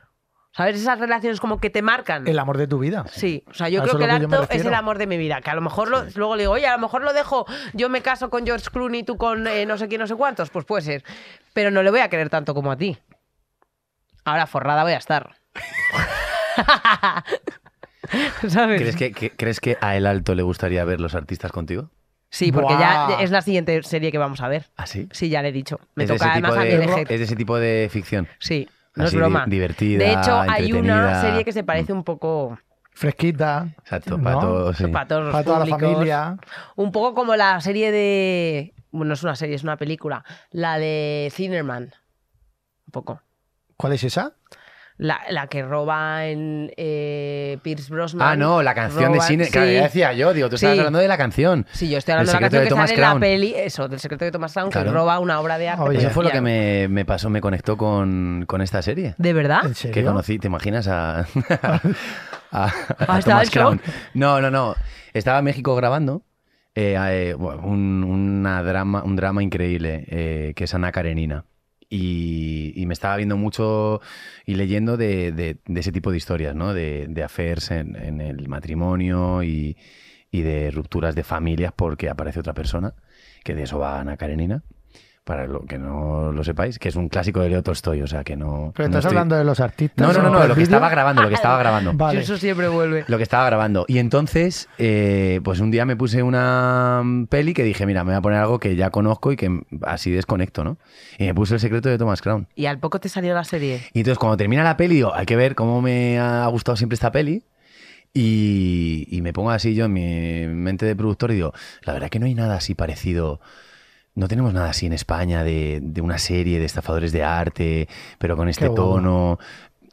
¿Sabes? Esas relaciones como que te marcan. El amor de tu vida. Sí, o sea, yo A creo eso que es el lo que yo me acto es refiero. el amor de mi vida. Que a lo mejor lo- luego le digo, oye, a lo mejor lo dejo, yo me caso con George Clooney, tú con eh, no sé quién, no sé cuántos. Pues puede ser. Pero no le voy a querer tanto como a ti. Ahora forrada voy a estar. ¿Sabes? ¿Crees que, que- ¿Crees que a El Alto le gustaría ver los artistas contigo? Sí, porque Buah. ya es la siguiente serie que vamos a ver. ¿Ah, sí? Sí, ya le he dicho. Me es de toca ese tipo además a mí de- elegir. Es de ese tipo de ficción. Sí. No Así es di- broma. divertida, de hecho, hay una entretenida. Mm, serie que se parece un poco Fresquita, Exacto, ¿No? para todos. sí. para todos los para toda la públicos. familia. Un poco como la serie de. Bueno, no es una serie, es una película. La de Cinerman. Un poco. ¿Cuál es esa? La, la que roba en eh, Pierce Brosnan. Ah, no, la canción de Roban- cine. Claro, sí. ya decía yo, digo, tú estabas Sí. hablando de la canción. Sí, yo estoy hablando de la Del secreto canción de que sale en Thomas la Crown. peli, eso, del secreto de Thomas Crown, Claro. que roba una obra de arte. Oye, Eso pero fue lo que ya- me, me pasó, me conectó con, con esta serie. ¿De verdad? ¿En serio? Ah, Que conocí, ¿te imaginas a, a- a estaba Thomas en Crown? shock. No, no, no. Estaba en México grabando eh, a, eh, bueno, un, una drama, un drama increíble eh, que es Ana Karenina. Y, y me estaba viendo mucho y leyendo de, de- de ese tipo de historias, ¿no? De, de affairs en, en el matrimonio y, y de rupturas de familias porque aparece otra persona, que de eso va Ana Karenina, para lo que no lo sepáis, que es un clásico de Leo Tolstoy, o sea que no... Pero no estás estoy- hablando de los artistas. no, no, no, no, del lo que vídeo. estaba grabando, lo que estaba grabando. Vale. Eso siempre vuelve. Lo que estaba grabando. Y entonces, eh, pues un día me puse una mm, peli que dije, mira, me voy a poner algo que ya conozco y que mm, así desconecto, ¿no? Y me puse El secreto de Thomas Crown. Y al poco te salió la serie. Y entonces cuando termina la peli, digo, hay que ver cómo me ha gustado siempre esta peli. Y, y me pongo así yo en mi mente de productor y digo, la verdad que no hay nada así parecido. No tenemos nada así en España de, de una serie de estafadores de arte, pero con este Qué guapo. tono.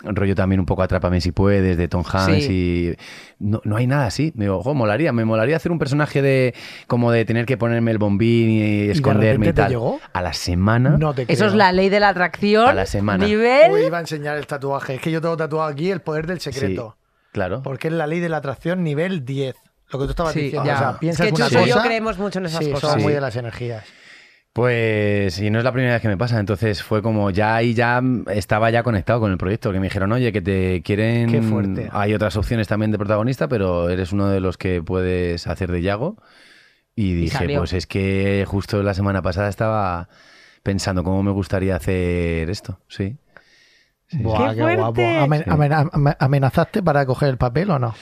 Rollo también un poco Atrápame si puedes, de Tom Hanks y... No, no hay nada así. Me digo, "Jo, molaría, me molaría hacer un personaje de... Como de tener que ponerme el bombín y, de esconderme y repente te tal. llegó? A la semana... No te Eso creo. es la ley de la atracción. A la semana. Nivel. Uy, iba a enseñar el tatuaje. Es que yo tengo tatuado aquí el poder del Sí, secreto. claro. Porque es la ley de la atracción nivel 10. Lo que tú estabas Sí, diciendo. ya. O sea, Es piensas que una Chuso y yo cosa, creemos mucho en esas sí, cosas. somos muy Sí. de las energías. Pues, y no es la primera vez que me pasa, entonces fue como ya ahí ya mm, estaba ya conectado con el proyecto, que me dijeron, oye, que te quieren... Qué fuerte. Hay otras opciones también de protagonista, pero eres uno de los que puedes hacer de Yago. Y dije, salió. pues es que justo la semana pasada estaba pensando cómo me gustaría hacer esto, sí. Buah, ¡Qué qué, guapo. fuerte! Amen- Sí. amen- amen- ¿Amenazaste para coger el papel o no?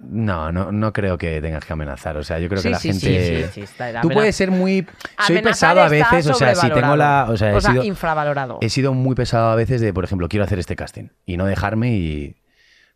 No, no, no creo que tengas que amenazar, o sea, yo creo Sí, que la sí, sí, gente... sí, sí, está- la Tú amenaza- puedes ser muy... Soy amenazar pesado a está veces, o sea, si tengo la... sobrevalorado. O sea, he sido- infravalorado. he sido muy pesado a veces de, por ejemplo, quiero hacer este casting y no dejarme y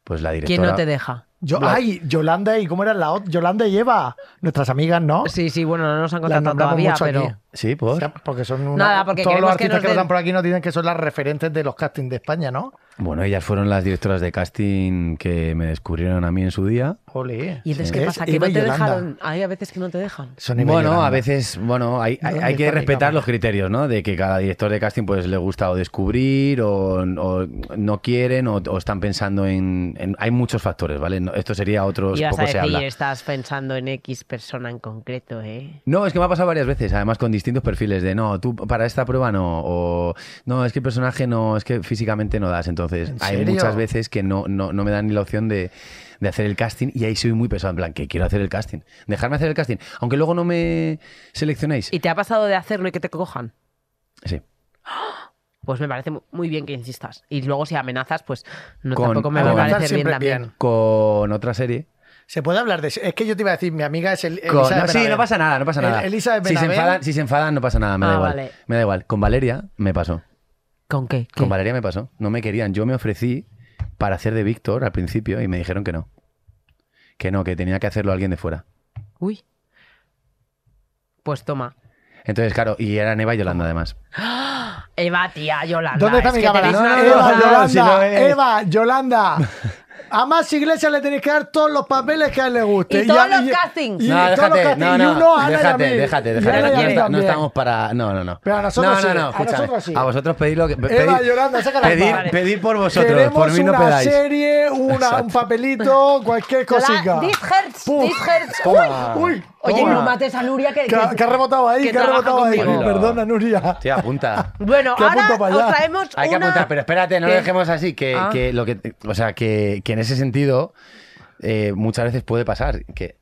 pues la directora... ¿Quién no te deja? Yo, ay, Yolanda y cómo era la otra. Yolanda y Eva, nuestras amigas, ¿no? Sí, sí, bueno, no nos han las contratado nombramos todavía, mucho pero. aquí. Sí, pues, por... Ya, Porque son una- Nada, porque todos los queremos que artistas nos que, pasan den- por aquí nos dicen que son las referentes de los castings de España, ¿no? Bueno, ellas fueron las directoras de casting que me descubrieron a mí en su día. Jolé. ¿Y entonces qué Es pasa? Que Eva no y te Yolanda. dejaron. Hay a veces que no te dejan. Pues Son Eva y Bueno, Yolanda. a veces, bueno, hay, hay- ¿Dónde hay que está mi respetar cámara? los criterios, ¿no? De que cada director de casting pues le gusta o descubrir o, o no quieren o, o están pensando en, en- Hay muchos factores, ¿vale? No, esto sería otro... Y vas Poco a se decir, habla. estás pensando en X persona en concreto, ¿eh? No, es que me ha pasado varias veces, además con distintos perfiles de no, tú para esta prueba no, o no, es que el personaje no, es que físicamente no das. Entonces, ¿En hay serio? muchas veces que no, no, no me dan ni la opción de, de hacer el casting y ahí soy muy pesado, en plan, que quiero hacer el casting, dejarme hacer el casting, aunque luego no me seleccionéis. ¿Y te ha pasado de hacerlo y que te cojan? Sí. Pues me parece mu- muy bien que insistas. Y luego si amenazas, pues no Con- tampoco me va a con- Amenazar parecer bien siempre es también. bien. Con otra serie. Se puede hablar de. Es que yo te iba a decir, mi amiga es el. Con- Elizabeth no, sí, Benavent. no pasa nada, no pasa El- nada. Elizabeth si, se Benavent. enfadan, si se enfadan, no pasa nada, me da Ah, igual. vale. Me da igual. Con Valeria me pasó. ¿Con qué? ¿Qué? Con Valeria me pasó. No me querían. Yo me ofrecí para hacer de Víctor al principio y me dijeron que no. Que no, que tenía que hacerlo alguien de fuera. Uy. Pues toma. Entonces, claro, y eran Eva y Yolanda además. Eva, tía, Yolanda. ¿Dónde está es mi que cámara? tenéis una Eva, cosa- Yolanda, si no es. Eva, Yolanda. A más iglesias le tenéis que dar todos los papeles que a él le guste. Y todos a- los castings. y no, todos los déjate, castings. no, Y no, uno a Ana y a déjate, mí. déjate, Y déjate, Ana y a mí no, también. estamos para, no, no, no. Pero a nosotros no, sí, no, no, a escúchame. nosotros sí. A vosotros pedid lo que pedid, Eva, Yolanda, saca la pedid, mano. pedid por vosotros, Queremos por mí no una pedáis. serie, una, un Exacto. papelito, cualquier cosica. Yola- 10 Hz, Puf. 10 Hz. Toma. Uy, Uy, Oye, toma. no mates a Nuria que, Que, ha- que ha rebotado ahí, que que, ha trabaja rebotado ahí. conmigo. Perdona, Nuria. Tía, apunta. Bueno, Que ahora apunto para allá. os traemos Hay que una... apuntar, pero espérate, no ¿Qué? lo dejemos así, que, Ah. que lo que, o sea, que, que en ese sentido eh, muchas veces puede pasar que,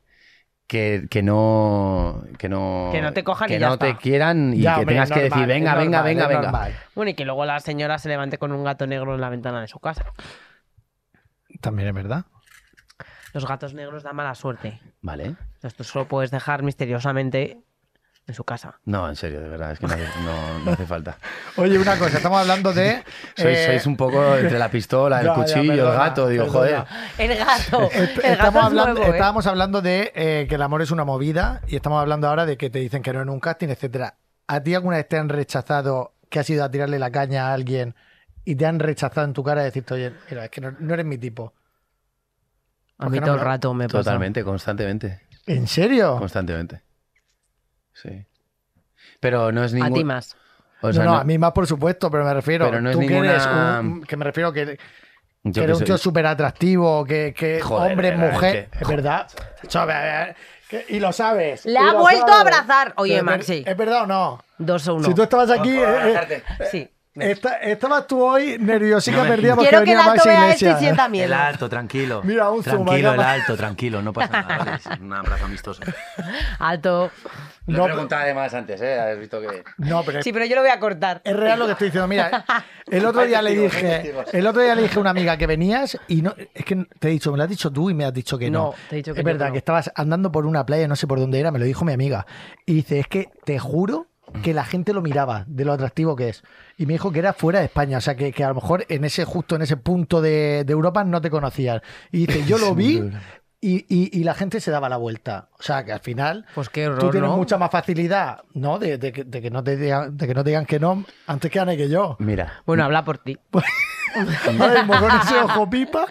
que, que no que no Que no te cojan que y ya no está. te quieran y Ya, que hombre, tengas que normal, decir venga, es venga, normal, venga, es venga. normal. Bueno, y que luego la señora se levante con un gato negro en la ventana de su casa. También es verdad. Los gatos negros dan mala suerte. Vale. Entonces tú solo puedes dejar misteriosamente en su casa. No, en serio, de verdad, es que no hace, no- no hace falta. Oye, una cosa, estamos hablando de. Sois, eh, sois un poco entre la pistola, el ya, ya, cuchillo, el perdona, gato, digo, perdona. joder. El gato. Est- El gato Eh, estamos es hablando, nuevo, ¿eh? Estábamos hablando de eh, que el amor es una movida y estamos hablando ahora de que te dicen que no en un casting, etcétera. ¿A ti alguna vez te han rechazado que has ido a tirarle la caña a alguien y te han rechazado en tu cara y decirte, oye, mira, es que no, no eres mi tipo? A ¿Por qué no mí todo me el lo- rato me pasa. Totalmente, constantemente. ¿En Pues, serio? Constantemente. Sí. Pero no es A ti ningún. más. o sea, no, no, no- a mí más por supuesto, pero me refiero. Pero no es tú que eres ninguna- un- que me refiero que, yo que que eres un soy- tío súper atractivo, que, que Joder, hombre, ¿verdad? mujer. Que- Es verdad. Chacho, a ver, a ver, que- y lo sabes. Le y ha lo vuelto a sabes. abrazar. Oye, Pero es ver- Maxi. ¿Es verdad o no? Dos o uno. Si tú estabas aquí. eh, eh, Sí. Esta- estabas tú hoy nerviosica, No me- perdida porque Quiero que el venía ¿eh? alto Maxi vea este esto y Iglesias. sienta El miedo. alto, tranquilo. Mira, un zoom, Tranquilo, acá el va. alto, tranquilo. No pasa nada. vale, Es un abrazo amistoso. Alto. Le No, he preguntado además antes, ¿eh? Has visto que. No, pero es- Sí, pero yo lo voy a cortar. es real lo que estoy diciendo. Mira, el otro día le testigos, hay dije, testigos. el otro día le dije a una amiga que venías y no, es que te he dicho, me lo has dicho tú y me has dicho que no. No, te he dicho que es yo verdad que no. que estabas andando por una playa, no sé por dónde era, me lo dijo mi amiga y dice, es que te juro que la gente lo miraba de lo atractivo que es y me dijo que era fuera de España, o sea que, que a lo mejor en ese justo en ese punto de, de Europa no te conocían y dice, yo lo vi. Y, y- y la gente se daba la vuelta. O sea, que al final Pues qué horror, tú tienes ¿no? mucha más facilidad, ¿no? De, de que- de que no te digan, de que no te digan que no antes que Ana y que yo. Mira. Bueno, habla por ti. Ahora mismo con ese ojo pipa.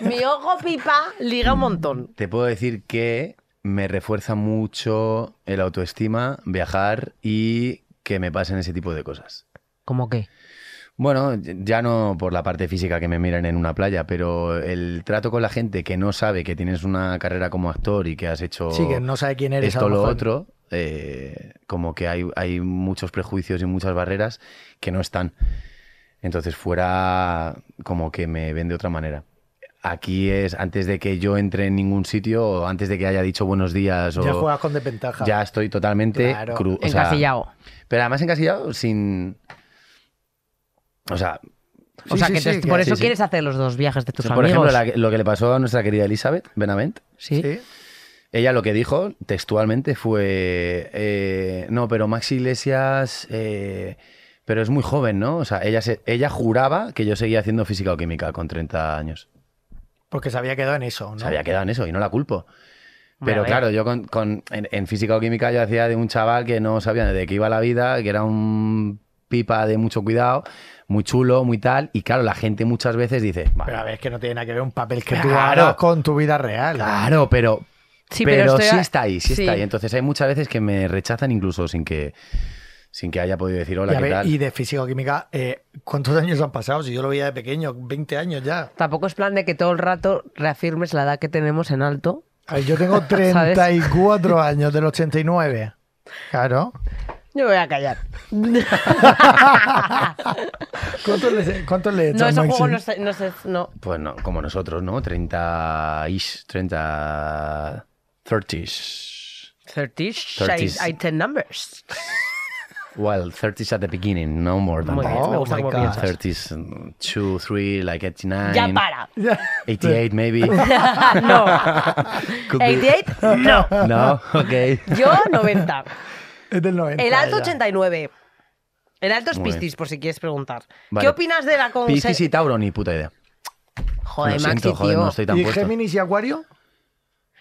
Mi ojo pipa liga un montón. Te puedo decir que me refuerza mucho el autoestima, viajar y que me pasen ese tipo de cosas. ¿Cómo qué? Bueno, ya no por la parte física que me miran en una playa, pero el trato con la gente que no sabe que tienes una carrera como actor y que has hecho Sí, que no sabe quién eres. a esto lo mejor. otro, eh, como que hay, hay muchos prejuicios y muchas barreras que no están. Entonces fuera como que me ven de otra manera. Aquí es antes de que yo entre en ningún sitio o antes de que haya dicho buenos días o Ya juegas con desventaja. ya estoy totalmente Claro. cru- o sea, Encasillado. pero además encasillado sin... O sea, o Sí, sea, sí, que te- sí, por que- eso sí, sí. quieres hacer los dos viajes de tus por amigos. ejemplo, la que- lo que le pasó a nuestra querida Elizabeth Benavent, Sí. Sí. Ella lo que dijo textualmente fue, eh, no, pero Maxi Iglesias, eh, pero es muy joven, ¿no? O sea, ella, se- ella juraba que yo seguía haciendo física o química con 30 años. Porque se había quedado en eso, ¿no? Se había quedado en eso y no la culpo. Hombre, a Pero ver. claro, yo con, con- en, en física o química yo hacía de un chaval que no sabía de qué iba la vida, que era un pipa de mucho cuidado, muy chulo, muy tal. Y claro, la gente muchas veces dice, "Vale, Pero a ver, es que no tiene nada que ver un papel que tú Claro. hagas con tu vida real. Claro, pero. Sí, pero pero estoy sí a- está ahí, sí, sí. está ahí. Entonces hay muchas veces que me rechazan incluso sin que sin que haya podido decir Y, hola, a ¿qué ver, tal? y de físico-química, eh, ¿cuántos años han pasado? Si yo lo veía de pequeño, 20 años ya. Tampoco es plan de que todo el rato reafirmes la edad que tenemos en alto. A ver, yo tengo 34 años del 89. Claro. Yo me voy a callar. ¿Cuántos le, cuántos le No, echas, ese Maxi? juego no sé, no sé, no. Pues no, como nosotros, ¿no? 30 ish, 30 30s. 36, I ten numbers. Well, 30s at the beginning, no more than Muy that. bien, me Oh gusta my cómo God. piensas. 30s, 2, 3, like 89. Ya para. 88 maybe. no. Could be. 88, no. No, ok. Yo 90. Es del 90. El alto ya. 89. El alto es Muy bien. Piscis, por si quieres preguntar. Vale. ¿Qué opinas de la con Piscis y Tauro, ni puta idea. Joder, Lo Maxi, siento, joder, tío. no estoy tan ¿Y puesto. Géminis y Acuario?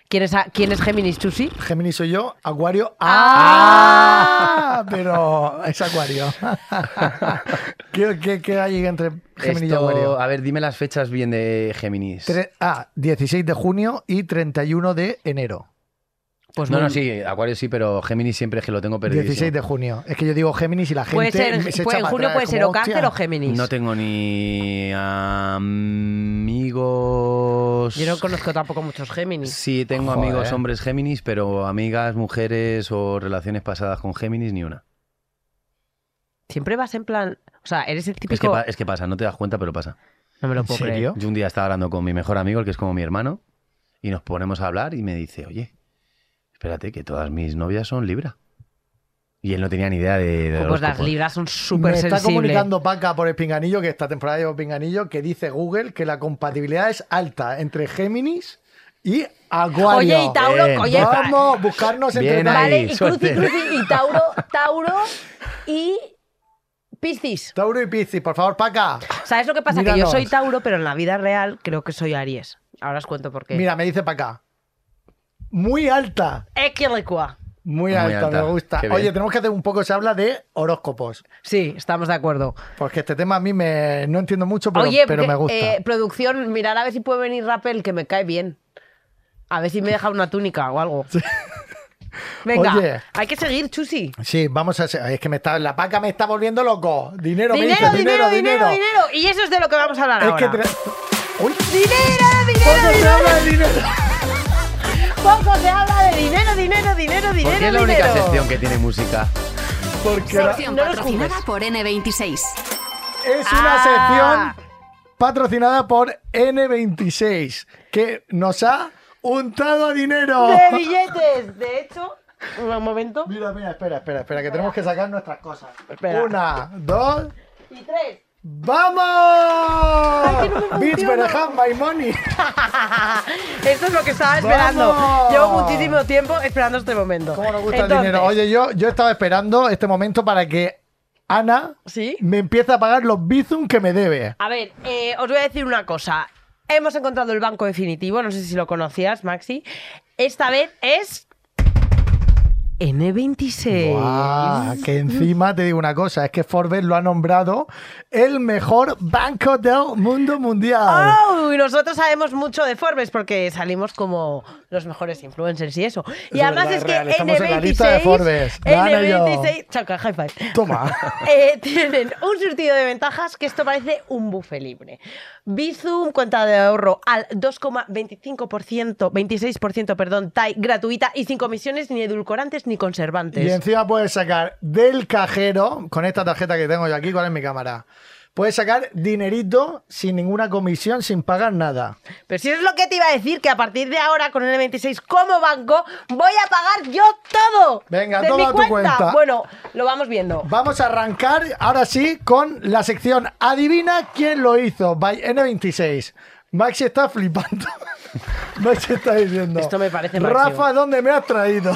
¿Quién, es, a- quién es Géminis, Chusi? Géminis soy yo, Acuario. ¡Ah! ¡Ah! Pero es Acuario. ¿Qué, qué, qué hay entre Géminis y Esto- Acuario? a ver, dime las fechas bien de Géminis. Tre- ah, 16 de junio y 31 de enero. Pues no, muy- no, sí, Acuario sí, pero Géminis siempre es que lo tengo perdido. 16 de junio. Es que yo digo Géminis y la gente Puede ser, se echa puede- en para junio atrás, puede como, ser o "Hostia". cáncer o Géminis. No tengo ni amigos. Yo no conozco tampoco muchos Géminis. Sí, tengo Joder. amigos hombres Géminis, pero amigas, mujeres o relaciones pasadas con Géminis, ni una. Siempre vas en plan. O sea, eres el típico. Es que, pa- es que pasa, no te das cuenta, pero pasa. No me lo ¿En puedo creer. serio? Yo un día estaba hablando con mi mejor amigo, el que es como mi hermano, y nos ponemos a hablar y me dice, oye, espérate, que todas mis novias son Libra. Y él no tenía ni idea de... de Jo, Pues las horóscopo. libras son súper Me está sensibles. comunicando Paca por el pinganillo, que esta temporada llevo pinganillo, que dice Google que la compatibilidad es alta entre Géminis y Acuario. Oye, y Tauro, Bien. oye, pa- Vamos, buscarnos entre Bien todos. ahí. vale, y cruci, Eh, suerte. cruci, y Tauro, Tauro y Piscis. Tauro y Piscis, por favor, Paca. ¿Sabes lo que pasa? Que yo Míranos. soy Tauro, pero en la vida real creo que soy Aries. Ahora os cuento por qué. Mira, me dice Paca. Muy alta. Eh, Equilicua. Muy Muy alta, alta, me gusta. qué bien. Oye, tenemos que hacer un poco, se habla de horóscopos. Sí, estamos de acuerdo. Porque este tema a mí me, no entiendo mucho, pero, Oye, pero que- me gusta. eh, Producción, mirar a ver si puede venir Rappel, que me cae bien. A ver si me deja una túnica o algo. Venga, Oye. hay que seguir, Chusi. Sí, vamos a... Es que me está, la Paca me está volviendo loco. Dinero, me Dinero, dice, dinero, dinero, dinero, Y eso es de lo que vamos a hablar Es ahora. que... tra- ¡Uy! ¡Dinero, ¡Poco dinero, se dinero! habla de dinero! ¡Poco se habla de dinero, dinero, dinero, dinero, ¿Por qué es la dinero! única sección que tiene música? Porque la- Sección no nos patrocinada juzgues. por N26. es una Ah. sección patrocinada por N26, que nos ha untado a dinero. De billetes. De hecho, un momento. Mira, mira, espera, espera, espera, que tenemos que sacar nuestras cosas. Espera. Una, dos... Y tres. ¡Vamos! no me Bitch, funciona. better have my money. Esto es lo que estaba esperando. ¡Vamos! Llevo muchísimo tiempo esperando este momento. ¿Cómo nos gusta Entonces, el dinero? Oye, yo, yo estaba esperando este momento para que Ana ¿Sí? me empiece a pagar los bizum que me debe. A ver, eh, os voy a decir una cosa. Hemos encontrado el banco definitivo, no sé si lo conocías, Maxi. Esta vez es N26. Guau, que encima te digo una cosa, es que Forbes lo ha nombrado el mejor banco del mundo mundial. ¡Oh! Y nosotros sabemos mucho de Forbes porque salimos como los mejores influencers y eso. Y Es además verdad, es es que real, estamos en la N26. lista de Forbes. Dana y yo. N26. Chaca, high five. Toma. Eh, tienen un surtido de ventajas que esto parece un buffet libre. Bizum, cuenta de ahorro al 2,25%, 26%, perdón, TAI gratuita y sin comisiones ni edulcorantes ni Y conservantes. encima puedes sacar del cajero, con esta tarjeta que tengo yo aquí, ¿cuál es mi cámara? Puedes sacar dinerito sin ninguna comisión, sin pagar nada. Pero si es lo que te iba a decir, que a partir de ahora con el 26 como banco voy a pagar yo todo. Venga, de todo mi a tu cuenta. Bueno, lo vamos viendo. Vamos a arrancar ahora sí con la sección Adivina quién lo hizo, by N26. Maxi está flipando. Maxi está diciendo. Esto me parece máximo. Rafa, ¿dónde me has traído?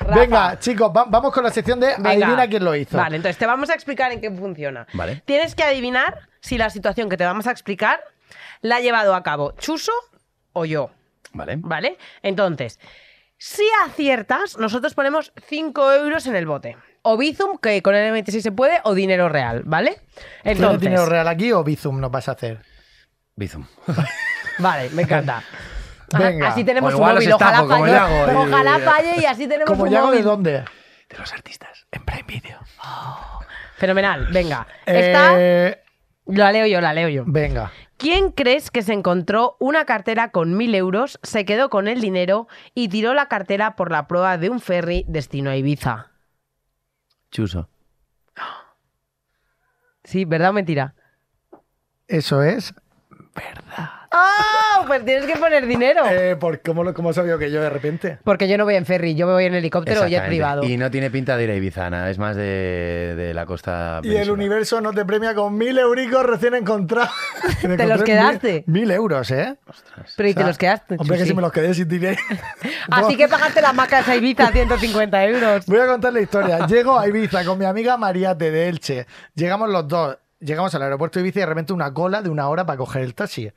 Rafa. Venga, chicos, va- vamos con la sección de Venga. Adivina quién lo hizo. Vale, entonces te vamos a explicar en qué funciona. Vale. Tienes que adivinar si la situación que te vamos a explicar la ha llevado a cabo Chuso o yo, Vale. ¿vale? Entonces, si aciertas, nosotros ponemos 5 euros en el bote. O Bizum, que con el M26 se puede, o dinero real, ¿vale? ¿Tienes Entonces, dinero real aquí o Bizum nos vas a hacer? Bizum. vale, me encanta. Ajá, Venga. Así tenemos O un Pues igual móvil, los ojalá estafo, como falle. Yago, eh. Ojalá falle y así tenemos Como un ya de móvil. dónde. De los artistas. En Prime Video. Fenomenal, venga. Esta Eh, la leo yo, la leo yo. venga. ¿Quién crees que se encontró una cartera con mil euros, se quedó con el dinero y tiró la cartera por la prueba de un ferry destino a Ibiza? Chuso. Sí, ¿verdad o mentira? Eso es. ¡Oh! Pues tienes que poner dinero. Eh, ¿por ¿Cómo lo- cómo sabía que yo de repente? Porque yo no voy en ferry, yo me voy en helicóptero o jet Exactamente. privado. Y no tiene pinta de ir a Ibizana, es más de, de la costa. Y el peninsular. universo no te premia con mil euricos recién encontrados. Me Te los encontré quedaste. Mil, mil euros, ¿eh? Pero y O te sea, los quedaste. Ah, Hombre, que Chusi. si me los quedé sin dinero. Así que pagaste la maca de Ibiza a 150 euros. Voy a contar la historia. Llego a Ibiza con mi amiga Mariate de Elche. Llegamos los dos. Llegamos al aeropuerto de Ibiza y de repente una cola de una hora para coger el taxi.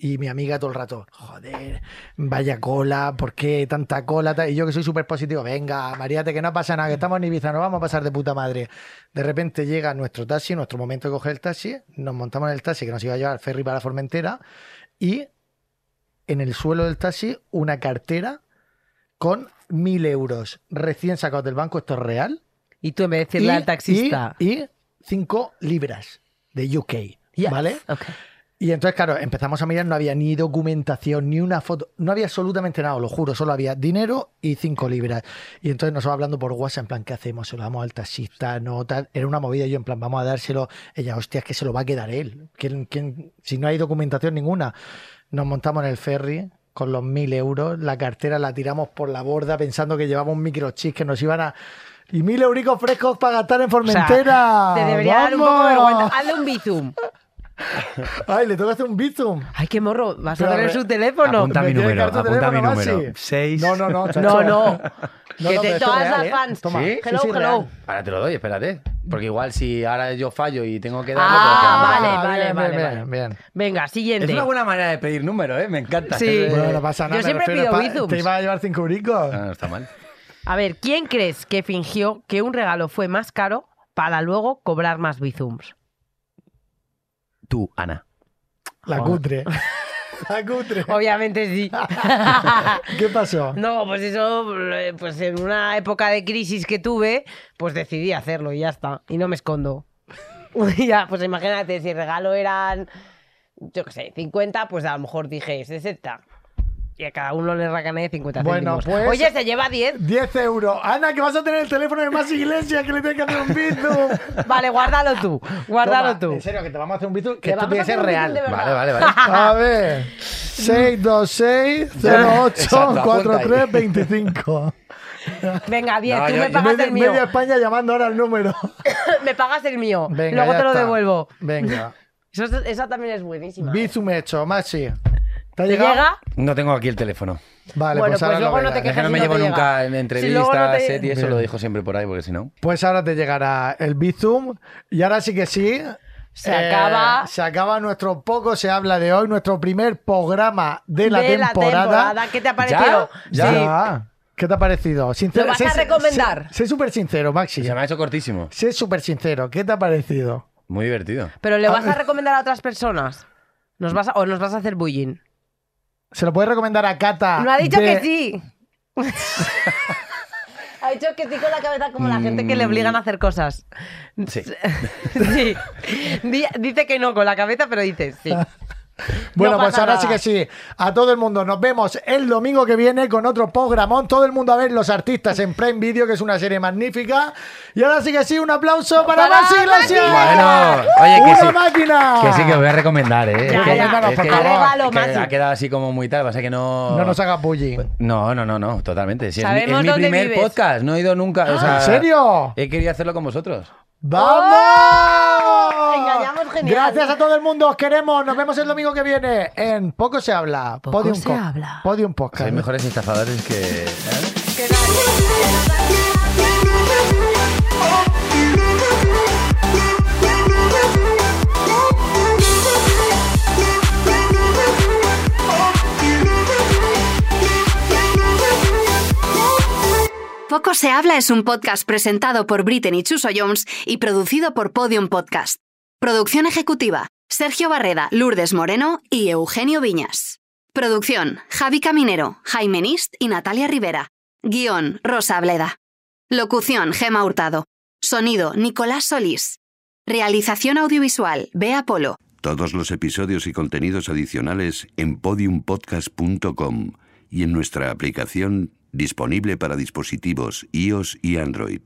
Y mi amiga todo el rato, joder, vaya cola, ¿por qué tanta cola? tal? Y yo que soy súper positivo, venga, Mariate, que no pasa nada, que estamos en Ibiza, nos vamos a pasar de puta madre. De repente llega nuestro taxi, nuestro momento de coger el taxi, nos montamos en el taxi que nos iba a llevar al ferry para Formentera y en el suelo del taxi una cartera con mil euros recién sacados del banco, esto es real. Y tú en vez de decirle Y- al taxista. Y, y cinco libras de UK, Yes, ¿vale? ok. Y entonces, claro, empezamos a mirar, no había ni documentación, ni una foto, no había absolutamente nada, os lo juro, solo había dinero y cinco libras. Y entonces nos va hablando por WhatsApp, en plan, ¿qué hacemos? ¿Se lo damos al taxista? No, tal. Era una movida, yo en plan, vamos a dárselo. Ella, hostia, es que se lo va a quedar él. ¿Quién- quién- Si no hay documentación ninguna. Nos montamos en el ferry con los mil euros, la cartera la tiramos por la borda pensando que llevamos un microchip que nos iban a... Y mil euricos frescos para gastar en O sea, Formentera. te debería dar un poco de ¡Vamos! vergüenza. Hazle un bizum. Ay, le tengo que hacer un bizum. Ay, qué morro, vas Pero a tener re- su teléfono. Apunta mi ¿Me tiene que número, dar tu apunta mi teléfono, número. Maxi? Seis. No, no, no. chacho. No, no. No, que no, pero te esto todas es real, las ¿eh? fans. Toma. ¿Sí? Sí, Hello, sí, hello. real. Ahora te lo doy, espérate. Porque igual si ahora yo fallo y tengo que darlo, tengo que Ah, darlo. vale, Ah, vale, bien, vale, bien, vale. bien, bien. Venga, Es siguiente. una buena manera de pedir número, ¿eh? Me encanta. Sí. Bueno, no pasa Yo nada. me siempre refiero, pido pa- bizums. Te iba a llevar cinco bricos. Ah, no está mal. A ver, ¿quién crees que fingió que un regalo fue más caro para luego cobrar más bizums? Tú, Ana. La cutre. La cutre. Obviamente sí. ¿Qué pasó? No, pues eso, eh, pues en una época de crisis que tuve, pues decidí hacerlo y ya está. Y no me escondo. Y ya, pues imagínate, si el regalo eran, yo qué sé, 50, pues a lo mejor dije 60. Y a cada uno le racané 50 Bueno, céntimos. pues- Oye, se lleva 10. 10 euros. Ana, que vas a tener el teléfono de más iglesia que le tienes que hacer un bizum. Vale, guárdalo tú. Guárdalo Toma, tú. En serio, que te vamos a hacer un bizum Te que esto vamos tiene a que ser hacer un real. bizum de verdad. Vale, vale, vale. A ver, 626 Exacto, apunta ahí. 43 25. Venga, 10, No, tú yo- me yo- pagas Media, el mío. media España llamando ahora al número. me pagas el mío. Venga, Luego ya te lo está. devuelvo. Venga, Eso- esa también es buenísima. bizum hecho, Maxi. ¿Te ha ¿Te llegado? llega? No tengo aquí el teléfono. Vale, Bueno, pues ahora pues lo luego no verás. te Es que no si me no llevo te llega. nunca en Si luego no entrevistas, te- set y eso Bien. lo dijo siempre por ahí, porque si no. Pues ahora te llegará el Bizum y ahora sí que sí. eh, Se acaba- Se acaba nuestro poco se habla de hoy, nuestro primer programa de la de temporada. la temporada. ¿Qué te ha parecido? Ya. Sí. Ya. ¿Qué te ha parecido? Sincero, ¿Lo vas sé- a sé- recomendar? Sé sé súper sincero, Maxi. Se me ha hecho cortísimo. Sé súper sincero. ¿Qué te ha parecido? Muy divertido. Pero Ah, le vas eh. a recomendar a otras personas. Nos vas a- o nos vas a hacer bullying. ¿Se lo puedes recomendar a Cata? No ha dicho Ah, de- que sí. ha dicho que sí con la cabeza como la gente que Mm. le obligan a hacer cosas. Sí. Sí. Di- Dice que no con la cabeza, pero dice sí. Bueno, No pues pasa ahora nada. sí que sí. A todo el mundo. Nos vemos el domingo que viene con otro programón. Todo el mundo a ver los artistas en Prime Video, que es una serie magnífica. Y ahora sí que sí, un aplauso para, Para Maxi Iglesias. Bueno, oye, que ¡Una sí. máquina! Que sí, que os voy a recomendar, ¿eh? Ya, Es que- ya. es que- Arrégalo, es que Maxi. ha quedado así como muy tal, pasa que no. No nos hagas bullying. No, no, no, no, totalmente. Sí, es mi, es Sabemos mi dónde primer vives. podcast, no he ido nunca. o sea, Ah, ¿En eh, serio? He querido hacerlo con vosotros. ¡Vamos! Oh, Engañamos genial. Gracias a todo el mundo, os queremos. Nos vemos el domingo que viene en Poco se habla. Poco Podium se Co- habla. Podium Podcast. Sois mejores estafadores que. ¿eh? Poco se habla es un podcast presentado por Britney Chuso Jones y producido por Podium Podcast. Producción ejecutiva: Sergio Barreda, Lourdes Moreno y Eugenio Viñas. Producción: Javi Caminero, Jaime Nist y Natalia Rivera. Guión: Rosa Bleda. Locución: Gema Hurtado. Sonido: Nicolás Solís. Realización audiovisual: Bea Polo. Todos los episodios y contenidos adicionales en podiumpodcast.com y en nuestra aplicación disponible para dispositivos iOS y Android.